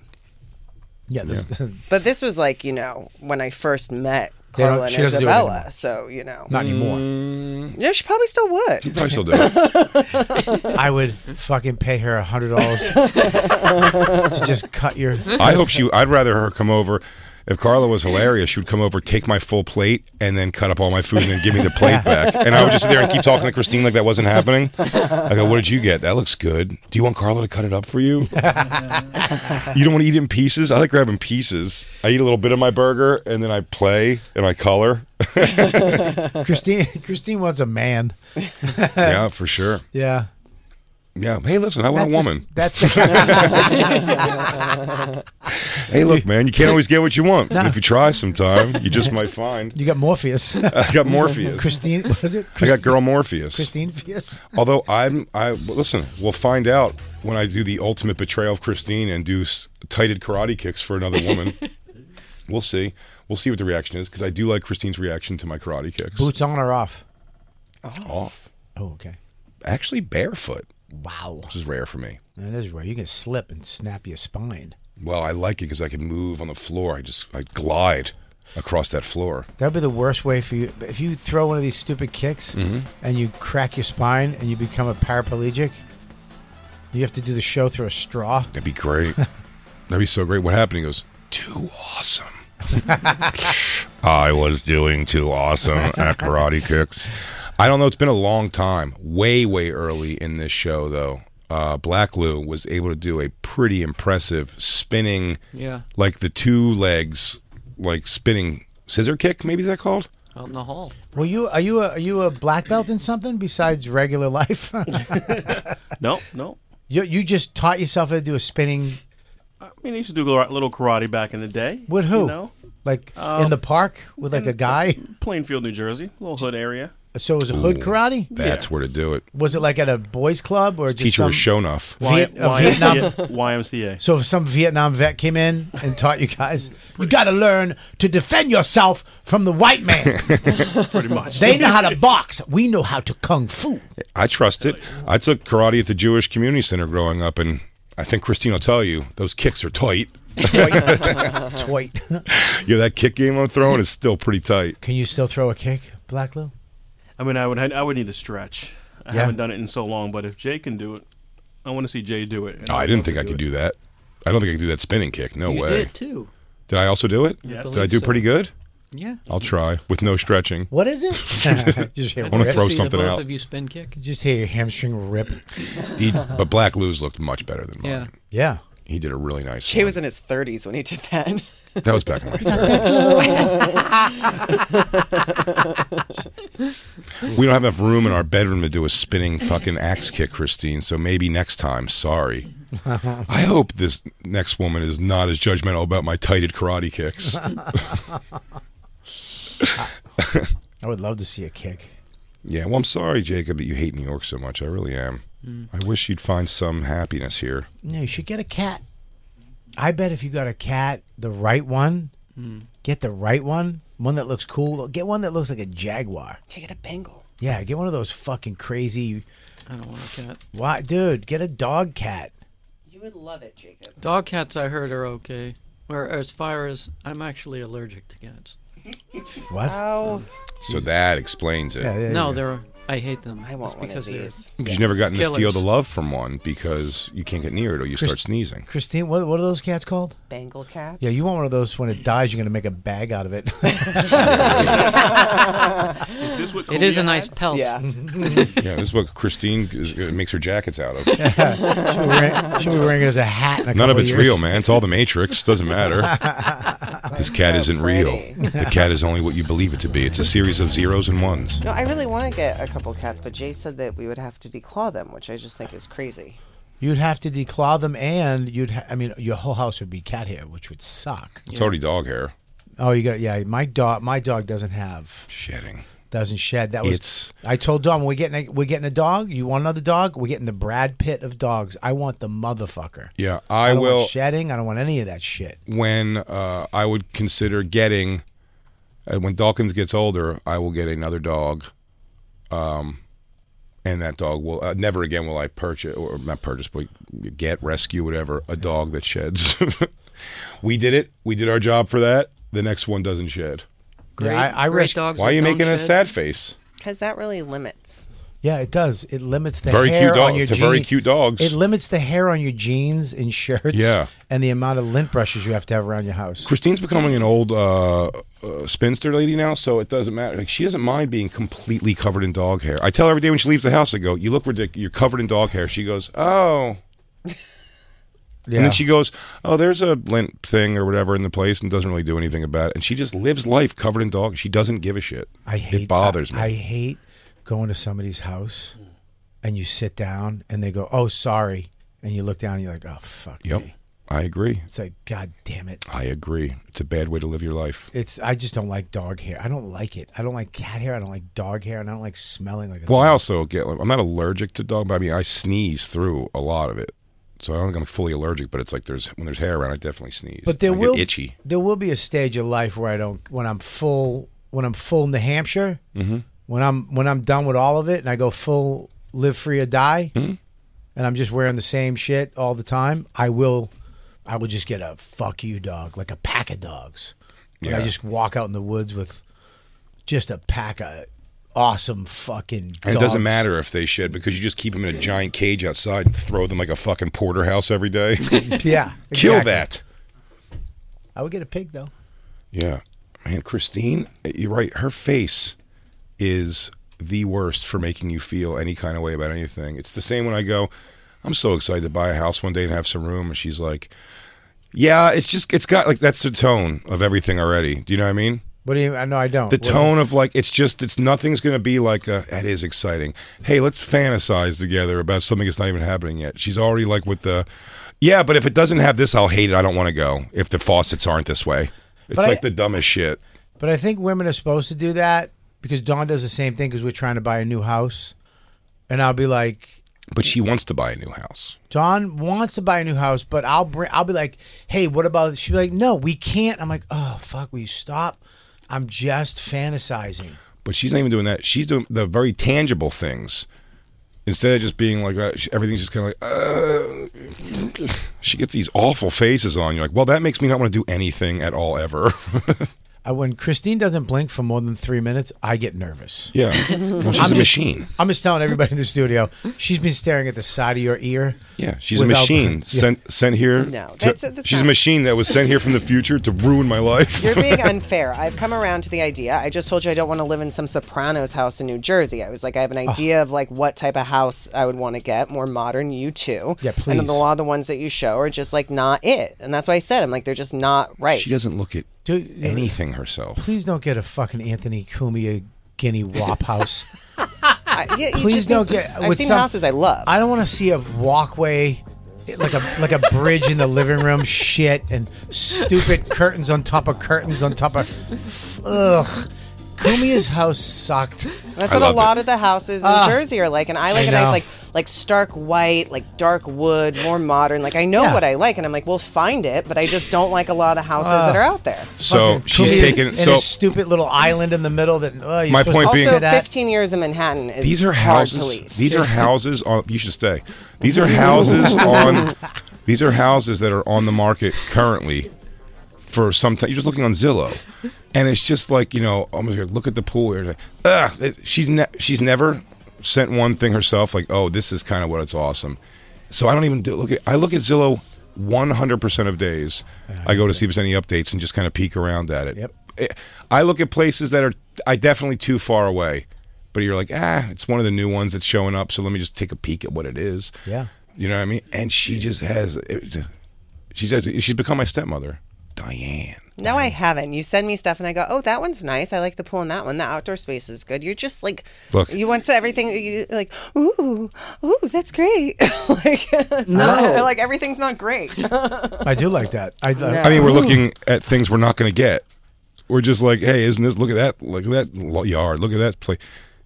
Speaker 1: Yeah, this,
Speaker 6: But this was like you know when I first met
Speaker 1: They don't-
Speaker 6: Carla and
Speaker 1: she doesn't do it
Speaker 6: Isabella.
Speaker 1: anymore.
Speaker 6: So you know.
Speaker 1: not anymore.
Speaker 6: Yeah, she probably still would.
Speaker 2: You probably still do. it.
Speaker 1: I would fucking pay her a hundred dollars to just cut your.
Speaker 2: I hope she. I'd rather her come over. If Carla was hilarious, she would come over, take my full plate, and then cut up all my food and then give me the plate back. And I would just sit there and keep talking to Christine like that wasn't happening. I go, "What did you get? That looks good. Do you want Carla to cut it up for you? you don't want to eat it in pieces. I like grabbing pieces. I eat a little bit of my burger and then I play and I color.
Speaker 1: Christine. Christine wants a man.
Speaker 2: yeah, for sure.
Speaker 1: Yeah.
Speaker 2: Yeah. Hey, listen, I want a
Speaker 1: That's
Speaker 2: woman.
Speaker 1: just- that's.
Speaker 2: hey, look, man, you can't always get what you want. But if you try sometime, you just might find.
Speaker 1: you got Morpheus.
Speaker 2: I got Morpheus.
Speaker 1: Christine, was it?
Speaker 2: Uh, I got girl Morpheus.
Speaker 1: Christine Fius.
Speaker 2: Although I'm, I well, listen. We'll find out when I do the ultimate betrayal of Christine and do s- tighted karate kicks for another woman. we'll see. We'll see what the reaction is because I do like Christine's reaction to my karate kicks.
Speaker 1: Boots on or off?
Speaker 2: Off,
Speaker 1: Oh, okay.
Speaker 2: actually barefoot,
Speaker 1: Wow.
Speaker 2: which is rare for me.
Speaker 1: That is where you can slip and snap your spine.
Speaker 2: Well, I like it because I can move on the floor. I just I glide across that floor.
Speaker 1: That'd be the worst way for you. If you throw one of these stupid kicks
Speaker 2: Mm-hmm.
Speaker 1: and you crack your spine and you become a paraplegic, you have to do the show through a straw.
Speaker 2: That'd be great. That'd be so great. What happened? He goes, too awesome. I was doing too awesome at karate kicks. I don't know. It's been a long time. Way, way early in this show, though. Uh, Black Lou was able to do a pretty impressive spinning,
Speaker 5: Yeah.
Speaker 2: like the two legs, like spinning scissor kick. Maybe is that called?
Speaker 5: Out in the hall.
Speaker 1: Well, you are you a, are you a black belt in something besides regular life?
Speaker 10: No, no.
Speaker 1: you you just taught yourself how to do a spinning
Speaker 10: I mean, I used to do a little karate back in the day.
Speaker 1: with who?
Speaker 10: You know?
Speaker 1: Like in
Speaker 10: Um,
Speaker 1: the park with like a guy.
Speaker 10: Plainfield, New Jersey, little hood area.
Speaker 1: So it was a hood
Speaker 2: Ooh,
Speaker 1: karate.
Speaker 2: That's where to do it.
Speaker 1: Was it like at a boys club or
Speaker 2: His
Speaker 1: just
Speaker 2: teacher was
Speaker 1: some-
Speaker 2: Shonuff.
Speaker 1: Viet-
Speaker 10: Y-
Speaker 1: a Vietnam.
Speaker 10: YMCA. YMCA.
Speaker 1: So if some Vietnam vet came in and taught you guys, you got to learn to defend yourself from the white man.
Speaker 10: Pretty much.
Speaker 1: They know how to box. We know how to kung fu.
Speaker 2: I trust it. I took karate at the Jewish Community Center growing up, and I think Christine will tell you those kicks are tight.
Speaker 1: Toit.
Speaker 2: Yeah, that kick game I'm throwing is still pretty tight.
Speaker 1: Can you still throw a kick, Black Lou?
Speaker 10: I mean, I would I would need to stretch. I
Speaker 1: Yeah.
Speaker 10: haven't done it in so long, but if Jay can do it, I want to see Jay do it. and
Speaker 2: No, Oh, I
Speaker 10: I'd
Speaker 2: didn't
Speaker 10: love
Speaker 2: think
Speaker 10: to
Speaker 2: I could do that. I don't think I could do that spinning kick. No
Speaker 5: you
Speaker 2: way.
Speaker 5: did too.
Speaker 2: Did I also do it?
Speaker 5: Yes.
Speaker 2: Did I do
Speaker 5: believe so.
Speaker 2: pretty good?
Speaker 5: Yeah.
Speaker 2: I'll try with no stretching.
Speaker 1: What is it?
Speaker 2: I want to throw something out.
Speaker 5: you spin kick.
Speaker 1: Just hear your hamstring rip.
Speaker 2: He- but Black Luz looked much better than mine.
Speaker 5: Yeah.
Speaker 1: Yeah.
Speaker 2: He did a really nice.
Speaker 6: Jay was in his 30s when he did that.
Speaker 2: That was back in my
Speaker 6: 30s.
Speaker 2: We don't have enough room in our bedroom to do a spinning fucking axe kick, Christine. So maybe next time. Sorry. I hope this next woman is not as judgmental about my tighted karate kicks.
Speaker 1: I would love to see a kick.
Speaker 2: yeah, well, I'm sorry, Jacob, that you hate New York so much. I really am.
Speaker 1: Mm.
Speaker 2: I wish you'd find some happiness here.
Speaker 1: No, you should get a cat. I bet if you got a cat, the right one, get the right one, one that looks cool. Get one that looks like a jaguar.
Speaker 6: Yeah, get a Bengal.
Speaker 1: Yeah, get one of those fucking crazy.
Speaker 5: I don't want a cat.
Speaker 1: Why, dude? Get a dog cat.
Speaker 6: You would love it, Jacob.
Speaker 5: Dog cats, I heard, are okay. Where as far as I'm actually allergic to cats.
Speaker 1: What? Uh,
Speaker 6: Oh.
Speaker 2: So that explains it.
Speaker 5: no, they're. I hate them. I want
Speaker 6: one of
Speaker 5: because they're
Speaker 6: these.
Speaker 2: Because you never got in the
Speaker 5: killers.
Speaker 2: feel the love from one because you can't get near it or you
Speaker 1: Chris-
Speaker 2: start sneezing.
Speaker 1: Christine, what, what are those cats called?
Speaker 6: Bengal cat.
Speaker 1: Yeah, you want one of those. When it dies, you're gonna make a bag out of it.
Speaker 10: Is this what
Speaker 5: It is a
Speaker 10: Kobe
Speaker 5: nice
Speaker 10: had?
Speaker 5: pelt.
Speaker 6: Yeah.
Speaker 2: yeah, this is what Christine is, uh, makes her jackets out of.
Speaker 1: she'll, be wearing, she'll be wearing it as a hat. In a
Speaker 2: None of
Speaker 1: couple
Speaker 2: it's
Speaker 1: years.
Speaker 2: real, man. It's all the Matrix. Doesn't matter. this cat isn't real. The cat is only what you believe it to be. It's a series of zeros and ones.
Speaker 6: No, I really want to get a couple cats, but Jay said that we would have to declaw them, which I just think is crazy.
Speaker 1: You'd have to declaw them, and you'd. Ha- I mean, your whole house would be cat hair, which would suck.
Speaker 2: It's already dog hair.
Speaker 1: Oh, you got yeah. My dog, my dog doesn't have
Speaker 2: shedding.
Speaker 1: Doesn't shed. That was.
Speaker 2: It's-
Speaker 1: I told Dawn we're getting a, we're getting a dog. You want another dog? We're getting the Brad Pitt of dogs. I want the motherfucker.
Speaker 2: Yeah, I,
Speaker 1: don't
Speaker 2: will.
Speaker 1: want shedding. I don't want any of that shit.
Speaker 2: when uh, I would consider getting, uh, when Dawkins gets older, I will get another dog. Um, and that dog will uh, never again will I purchase or not purchase, but get rescue whatever a dog that sheds. we did it. We did our job for that. The next one doesn't shed.
Speaker 1: Great- Yeah, I- I great risk- dogs
Speaker 2: Why are
Speaker 1: that
Speaker 2: you
Speaker 1: don't
Speaker 2: making a
Speaker 1: shed.
Speaker 2: sad face?
Speaker 6: Because that really limits.
Speaker 1: Yeah, it does. It limits the
Speaker 2: Very cute
Speaker 1: hair on
Speaker 2: dog-
Speaker 1: your
Speaker 2: to very
Speaker 1: jean-
Speaker 2: cute dogs.
Speaker 1: It limits the hair on your jeans and shirts.
Speaker 2: Yeah.
Speaker 1: and the amount of lint brushes you have to have around your house.
Speaker 2: Christine's becoming an old uh, uh, spinster lady now, so it doesn't matter. Like she doesn't mind being completely covered in dog hair. I tell her every day when she leaves the house, I go, "You look ridiculous. You're covered in dog hair." She goes, "Oh."
Speaker 1: Yeah.
Speaker 2: And then she goes, "Oh, there's a lint thing or whatever in the place, and doesn't really do anything about it." And she just lives life covered in dog. She doesn't give a shit.
Speaker 1: I hate.
Speaker 2: it. Bothers me.
Speaker 1: I hate going to somebody's house and you sit down and they go, "Oh, sorry," and you look down and you're like, "Oh, fuck."
Speaker 2: yep,
Speaker 1: me."
Speaker 2: I agree.
Speaker 1: It's like, God damn it.
Speaker 2: I agree. It's a bad way to live your life.
Speaker 1: It's I just don't like dog hair. I don't like it. I don't like cat hair. I don't like dog hair, and I don't like smelling like. A,
Speaker 2: Well, I also get. I'm not allergic to dog, but I mean, I sneeze through a lot of it. So I don't think I'm fully allergic, but it's like there's when there's hair around, I definitely sneeze.
Speaker 1: but there
Speaker 2: I get
Speaker 1: will
Speaker 2: itchy.
Speaker 1: There will be a stage of life where I don't. When I'm full. When I'm full New Hampshire.
Speaker 2: Mm-hmm.
Speaker 1: When I'm when I'm done with all of it, and I go full live free or die,
Speaker 2: Mhm.
Speaker 1: and I'm just wearing the same shit all the time. I will. I will just get a fuck you dog, like a pack of dogs. Like I
Speaker 2: Yeah.
Speaker 1: just walk out in the woods with just a pack of awesome fucking. Dogs.
Speaker 2: And it doesn't matter if they shed because you just keep them in a giant cage outside and throw them like a fucking porterhouse every day.
Speaker 1: Yeah,
Speaker 2: Kill
Speaker 1: exactly.
Speaker 2: that.
Speaker 1: I would get a pig though.
Speaker 2: Yeah. Man, Christine, you're right. Her face is the worst for making you feel any kind of way about anything. It's the same when I go, I'm so excited to buy a house one day and have some room. And she's like, Yeah, it's just, it's got like, that's the tone of everything already. Do you know what I mean?
Speaker 1: What do you? I know I don't.
Speaker 2: The
Speaker 1: What do you-
Speaker 2: tone of like it's just it's nothing's gonna be like a, that is exciting. Hey, let's fantasize together about something that's not even happening yet. She's already like with the yeah, but if it doesn't have this, I'll hate it. I don't want to go if the faucets aren't this way. It's
Speaker 1: But I-
Speaker 2: like the dumbest shit.
Speaker 1: But I think women are supposed to do that because Dawn does the same thing because we're trying to buy a new house, and I'll be like,
Speaker 2: But she wants to buy a new house.
Speaker 1: Dawn wants to buy a new house, but I'll bring, I'll be like, hey, what about? She'll be like, no, we can't. I'm like, oh fuck, will you stop? I'm just fantasizing.
Speaker 2: But she's not even doing that. She's doing the very tangible things. Instead of just being like uh, she- everything's just kind of like uh, she gets these awful faces on. You're like, well, that makes me not want to do anything at all ever.
Speaker 1: Uh, when Christine doesn't blink for more than three minutes, I get nervous.
Speaker 2: Yeah. Well, she's a
Speaker 1: just,
Speaker 2: machine.
Speaker 1: I'm just telling everybody in the studio, she's been staring at the side of your ear.
Speaker 2: Yeah, she's
Speaker 1: without-
Speaker 2: a machine
Speaker 1: Yeah.
Speaker 2: sent sent here.
Speaker 6: No,
Speaker 2: to-
Speaker 6: that's- that's
Speaker 2: she's
Speaker 6: not-
Speaker 2: a machine that was sent here from the future to ruin my life.
Speaker 6: You're being unfair. I've come around to the idea. I just told you I don't want to live in some Sopranos house in New Jersey. I was like, I have an idea of like what type of house I would want to get, more modern. You too.
Speaker 1: Yeah,
Speaker 6: And then
Speaker 1: please.
Speaker 6: a lot of the ones that you show are just like not it, and that's why I said I'm like they're just not right.
Speaker 2: She doesn't look at
Speaker 1: Dude,
Speaker 2: anything herself.
Speaker 1: Please don't get a fucking Anthony Cumia guinea wop house.
Speaker 6: I- yeah, you
Speaker 1: Please
Speaker 6: just
Speaker 1: don't
Speaker 6: need-
Speaker 1: get.
Speaker 6: I've
Speaker 1: with
Speaker 6: seen
Speaker 1: some-
Speaker 6: houses I love.
Speaker 1: I don't want to see a walkway, like a like a bridge in the living room, shit, and stupid curtains on top of curtains on top of. Ugh. Kumia's house sucked.
Speaker 6: That's what a lot of the houses in
Speaker 1: Ah.
Speaker 6: Jersey are like, and I like
Speaker 1: I
Speaker 6: a nice
Speaker 1: know.
Speaker 6: like like stark white, like dark wood, more modern. Like I know
Speaker 1: Yeah.
Speaker 6: what I like, and I'm like, we'll find it, but I just don't like a lot of the houses that
Speaker 1: Ah.
Speaker 6: are out there.
Speaker 2: So
Speaker 1: Fucking
Speaker 2: she's
Speaker 1: Kumia
Speaker 2: taking.
Speaker 1: in
Speaker 2: so
Speaker 1: a stupid little island in the middle that uh, you're
Speaker 2: My
Speaker 1: supposed
Speaker 2: point
Speaker 1: to
Speaker 2: being-
Speaker 1: sit
Speaker 6: So
Speaker 1: at.
Speaker 6: 15 years in Manhattan is
Speaker 2: these are
Speaker 6: hard to
Speaker 2: houses.
Speaker 6: leave.
Speaker 2: These are houses on. You should stay. These are houses on. These are houses that are on the market currently for some time. You're just looking on Zillow, and it's just like you know. I'm here. Look at the pool. Here. Like, Ugh, it- she's ne- she's never sent one thing herself. Like, oh, this is kind of what it's awesome. So I don't even do, look at. I look at Zillow 100 percent of days. I go to see if there's any updates and just kind of peek around at it. Yep. I look at places that are I definitely too far away, but you're like, ah, it's one of the new ones that's showing up. So let me just take a peek at what it is.
Speaker 1: Yeah.
Speaker 2: You know what I mean? And she just has, it- she says she's become my stepmother, Diane.
Speaker 6: No, I haven't. You send me stuff, and I go, "Oh, that one's nice. I like the pool in that one. The outdoor space is good." You're just like,
Speaker 2: Look.
Speaker 6: you want to everything. You like, ooh, ooh, that's great. like, it's not-
Speaker 1: No.
Speaker 6: like everything's not great.
Speaker 1: I do like that. I,
Speaker 2: I mean, we're looking at things we're not going to get. We're just like, hey, isn't this? Look at that! Look at that lo- yard! Look at that place!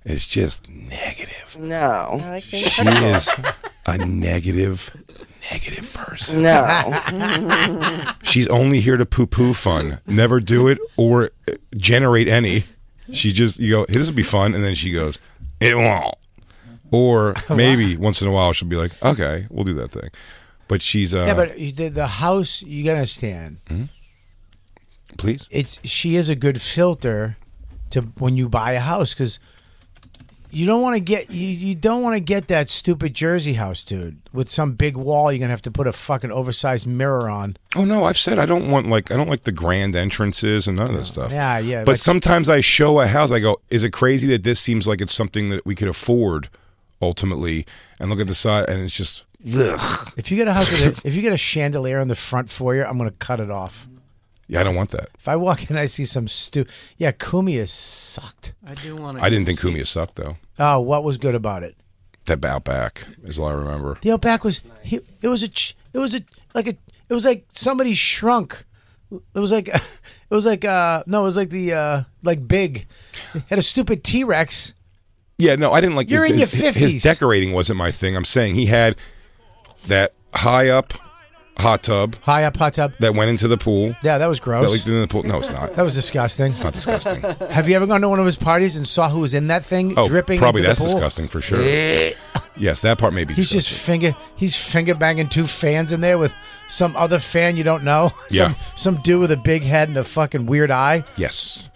Speaker 2: It's just negative.
Speaker 6: no, I like things
Speaker 2: She
Speaker 6: that are-
Speaker 2: is a negative, negative person.
Speaker 6: No.
Speaker 2: She's only here to poo poo fun. Never do it or uh, generate any. She just, you go, hey, this will be fun. And then she goes, it won't. Or maybe once in a while she'll be like, okay, we'll do that thing. But she's, uh,
Speaker 1: yeah, but you did the house. You gotta understand.
Speaker 2: please.
Speaker 1: it's she is a good filter to when you buy a house because you don't want to get you, you don't want to get that stupid Jersey house, dude, with some big wall. You're gonna have to put a fucking oversized mirror on.
Speaker 2: Oh no, I've said I don't want like I don't like the grand entrances and none of that stuff.
Speaker 1: Oh, Yeah, yeah,
Speaker 2: But
Speaker 1: like-
Speaker 2: sometimes I show a house, I go, is it crazy that this seems like it's something that we could afford ultimately? And look at the side, and it's just ugh.
Speaker 1: If you get a house with a, if you get a chandelier on the front foyer, I'm gonna cut it off.
Speaker 2: yeah, I don't want that.
Speaker 1: If I walk in, I see some stu. Yeah, Kumia sucked.
Speaker 5: I do want to.
Speaker 2: I didn't think Kumia sucked though.
Speaker 1: Oh, what was good about it?
Speaker 2: That bow back is all I remember.
Speaker 1: The outback was he, it was a ch- it was a like a it was like somebody shrunk. It was like it was like uh no it was like the uh like big It had a stupid T Rex.
Speaker 2: Yeah, no, I didn't like.
Speaker 1: You're
Speaker 2: his,
Speaker 1: in your
Speaker 2: his-
Speaker 1: 50s.
Speaker 2: His decorating wasn't my thing. I'm saying he had that high up hot tub
Speaker 1: High up hot tub.
Speaker 2: that went into the pool.
Speaker 1: Yeah, that was
Speaker 2: That
Speaker 1: gross.
Speaker 2: leaked into the pool. No, it's not.
Speaker 1: that was disgusting.
Speaker 2: It's not disgusting.
Speaker 1: Have you ever gone to one of his parties and saw who was in that thing
Speaker 2: Oh,
Speaker 1: dripping?
Speaker 2: probably
Speaker 1: into
Speaker 2: that's
Speaker 1: the pool?
Speaker 2: disgusting for sure. yes, that part may be.
Speaker 1: He's just
Speaker 2: disgusting.
Speaker 1: finger he's finger banging two fans in there with some other fan you don't know.
Speaker 2: Yeah.
Speaker 1: Some some dude with a big head and a fucking weird eye.
Speaker 2: yes,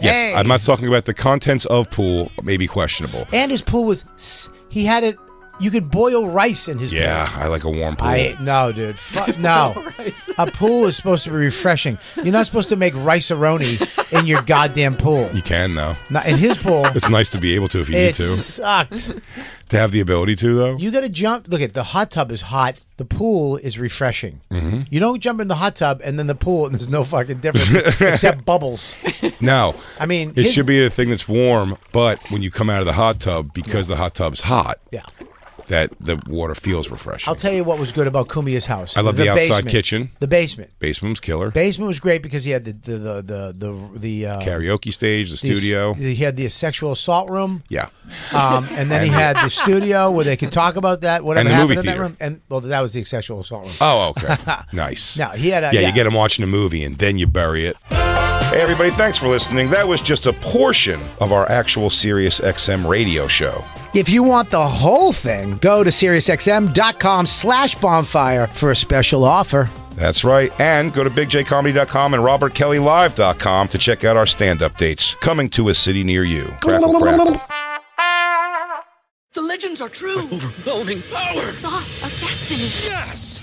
Speaker 2: yes.
Speaker 1: Hey.
Speaker 2: I'm not talking about the contents of pool. May be questionable.
Speaker 1: And his pool was s- he had it you could boil rice in his pool.
Speaker 2: Yeah, I like a warm pool.
Speaker 1: I no, dude. Fuck no. A pool is supposed to be refreshing. You're not supposed to make rice in your goddamn pool.
Speaker 2: you can though.
Speaker 1: Not in his pool.
Speaker 2: It's nice to be able to if you
Speaker 1: It
Speaker 2: need to.
Speaker 1: sucked.
Speaker 2: To have the ability to though.
Speaker 1: You got to jump. Look at the hot tub is hot. The pool is refreshing.
Speaker 2: Mm-hmm.
Speaker 1: You don't jump in the hot tub and then the pool and there's no fucking difference except bubbles.
Speaker 2: no,
Speaker 1: I mean,
Speaker 2: it
Speaker 1: his-
Speaker 2: should be a thing that's warm. But when you come out of the hot tub, because the hot tub's hot,
Speaker 1: Yeah.
Speaker 2: that the water feels refreshing.
Speaker 1: I'll tell you what was good about Kumia's house.
Speaker 2: I love the outside
Speaker 1: basement.
Speaker 2: kitchen.
Speaker 1: The basement.
Speaker 2: Basement's killer.
Speaker 1: Basement was great because he had the the the the the, the uh,
Speaker 2: Karaoke stage, the
Speaker 1: the-
Speaker 2: studio.
Speaker 1: he had the sexual assault room.
Speaker 2: yeah.
Speaker 1: Um, and then he
Speaker 2: And-
Speaker 1: had the studio where they could talk about that, whatever
Speaker 2: And the
Speaker 1: happened
Speaker 2: movie
Speaker 1: in that
Speaker 2: theater.
Speaker 1: room. And well, that was the sexual assault room.
Speaker 2: Oh, okay. nice.
Speaker 1: No, he had a-
Speaker 2: yeah,
Speaker 1: yeah.
Speaker 2: you get him watching a movie and then you bury it. Hey, everybody, thanks for listening. That was just a portion of our actual Sirius XM radio show.
Speaker 1: If you want the whole thing, go to SiriusXM.com slash bonfire for a special offer.
Speaker 2: That's right. And go to bigjcomedy.com and robertkellylive.com to check out our stand up dates coming to a city near you. Crackle, crackle.
Speaker 6: The legends are true. overwhelming power. sauce of destiny. Yes.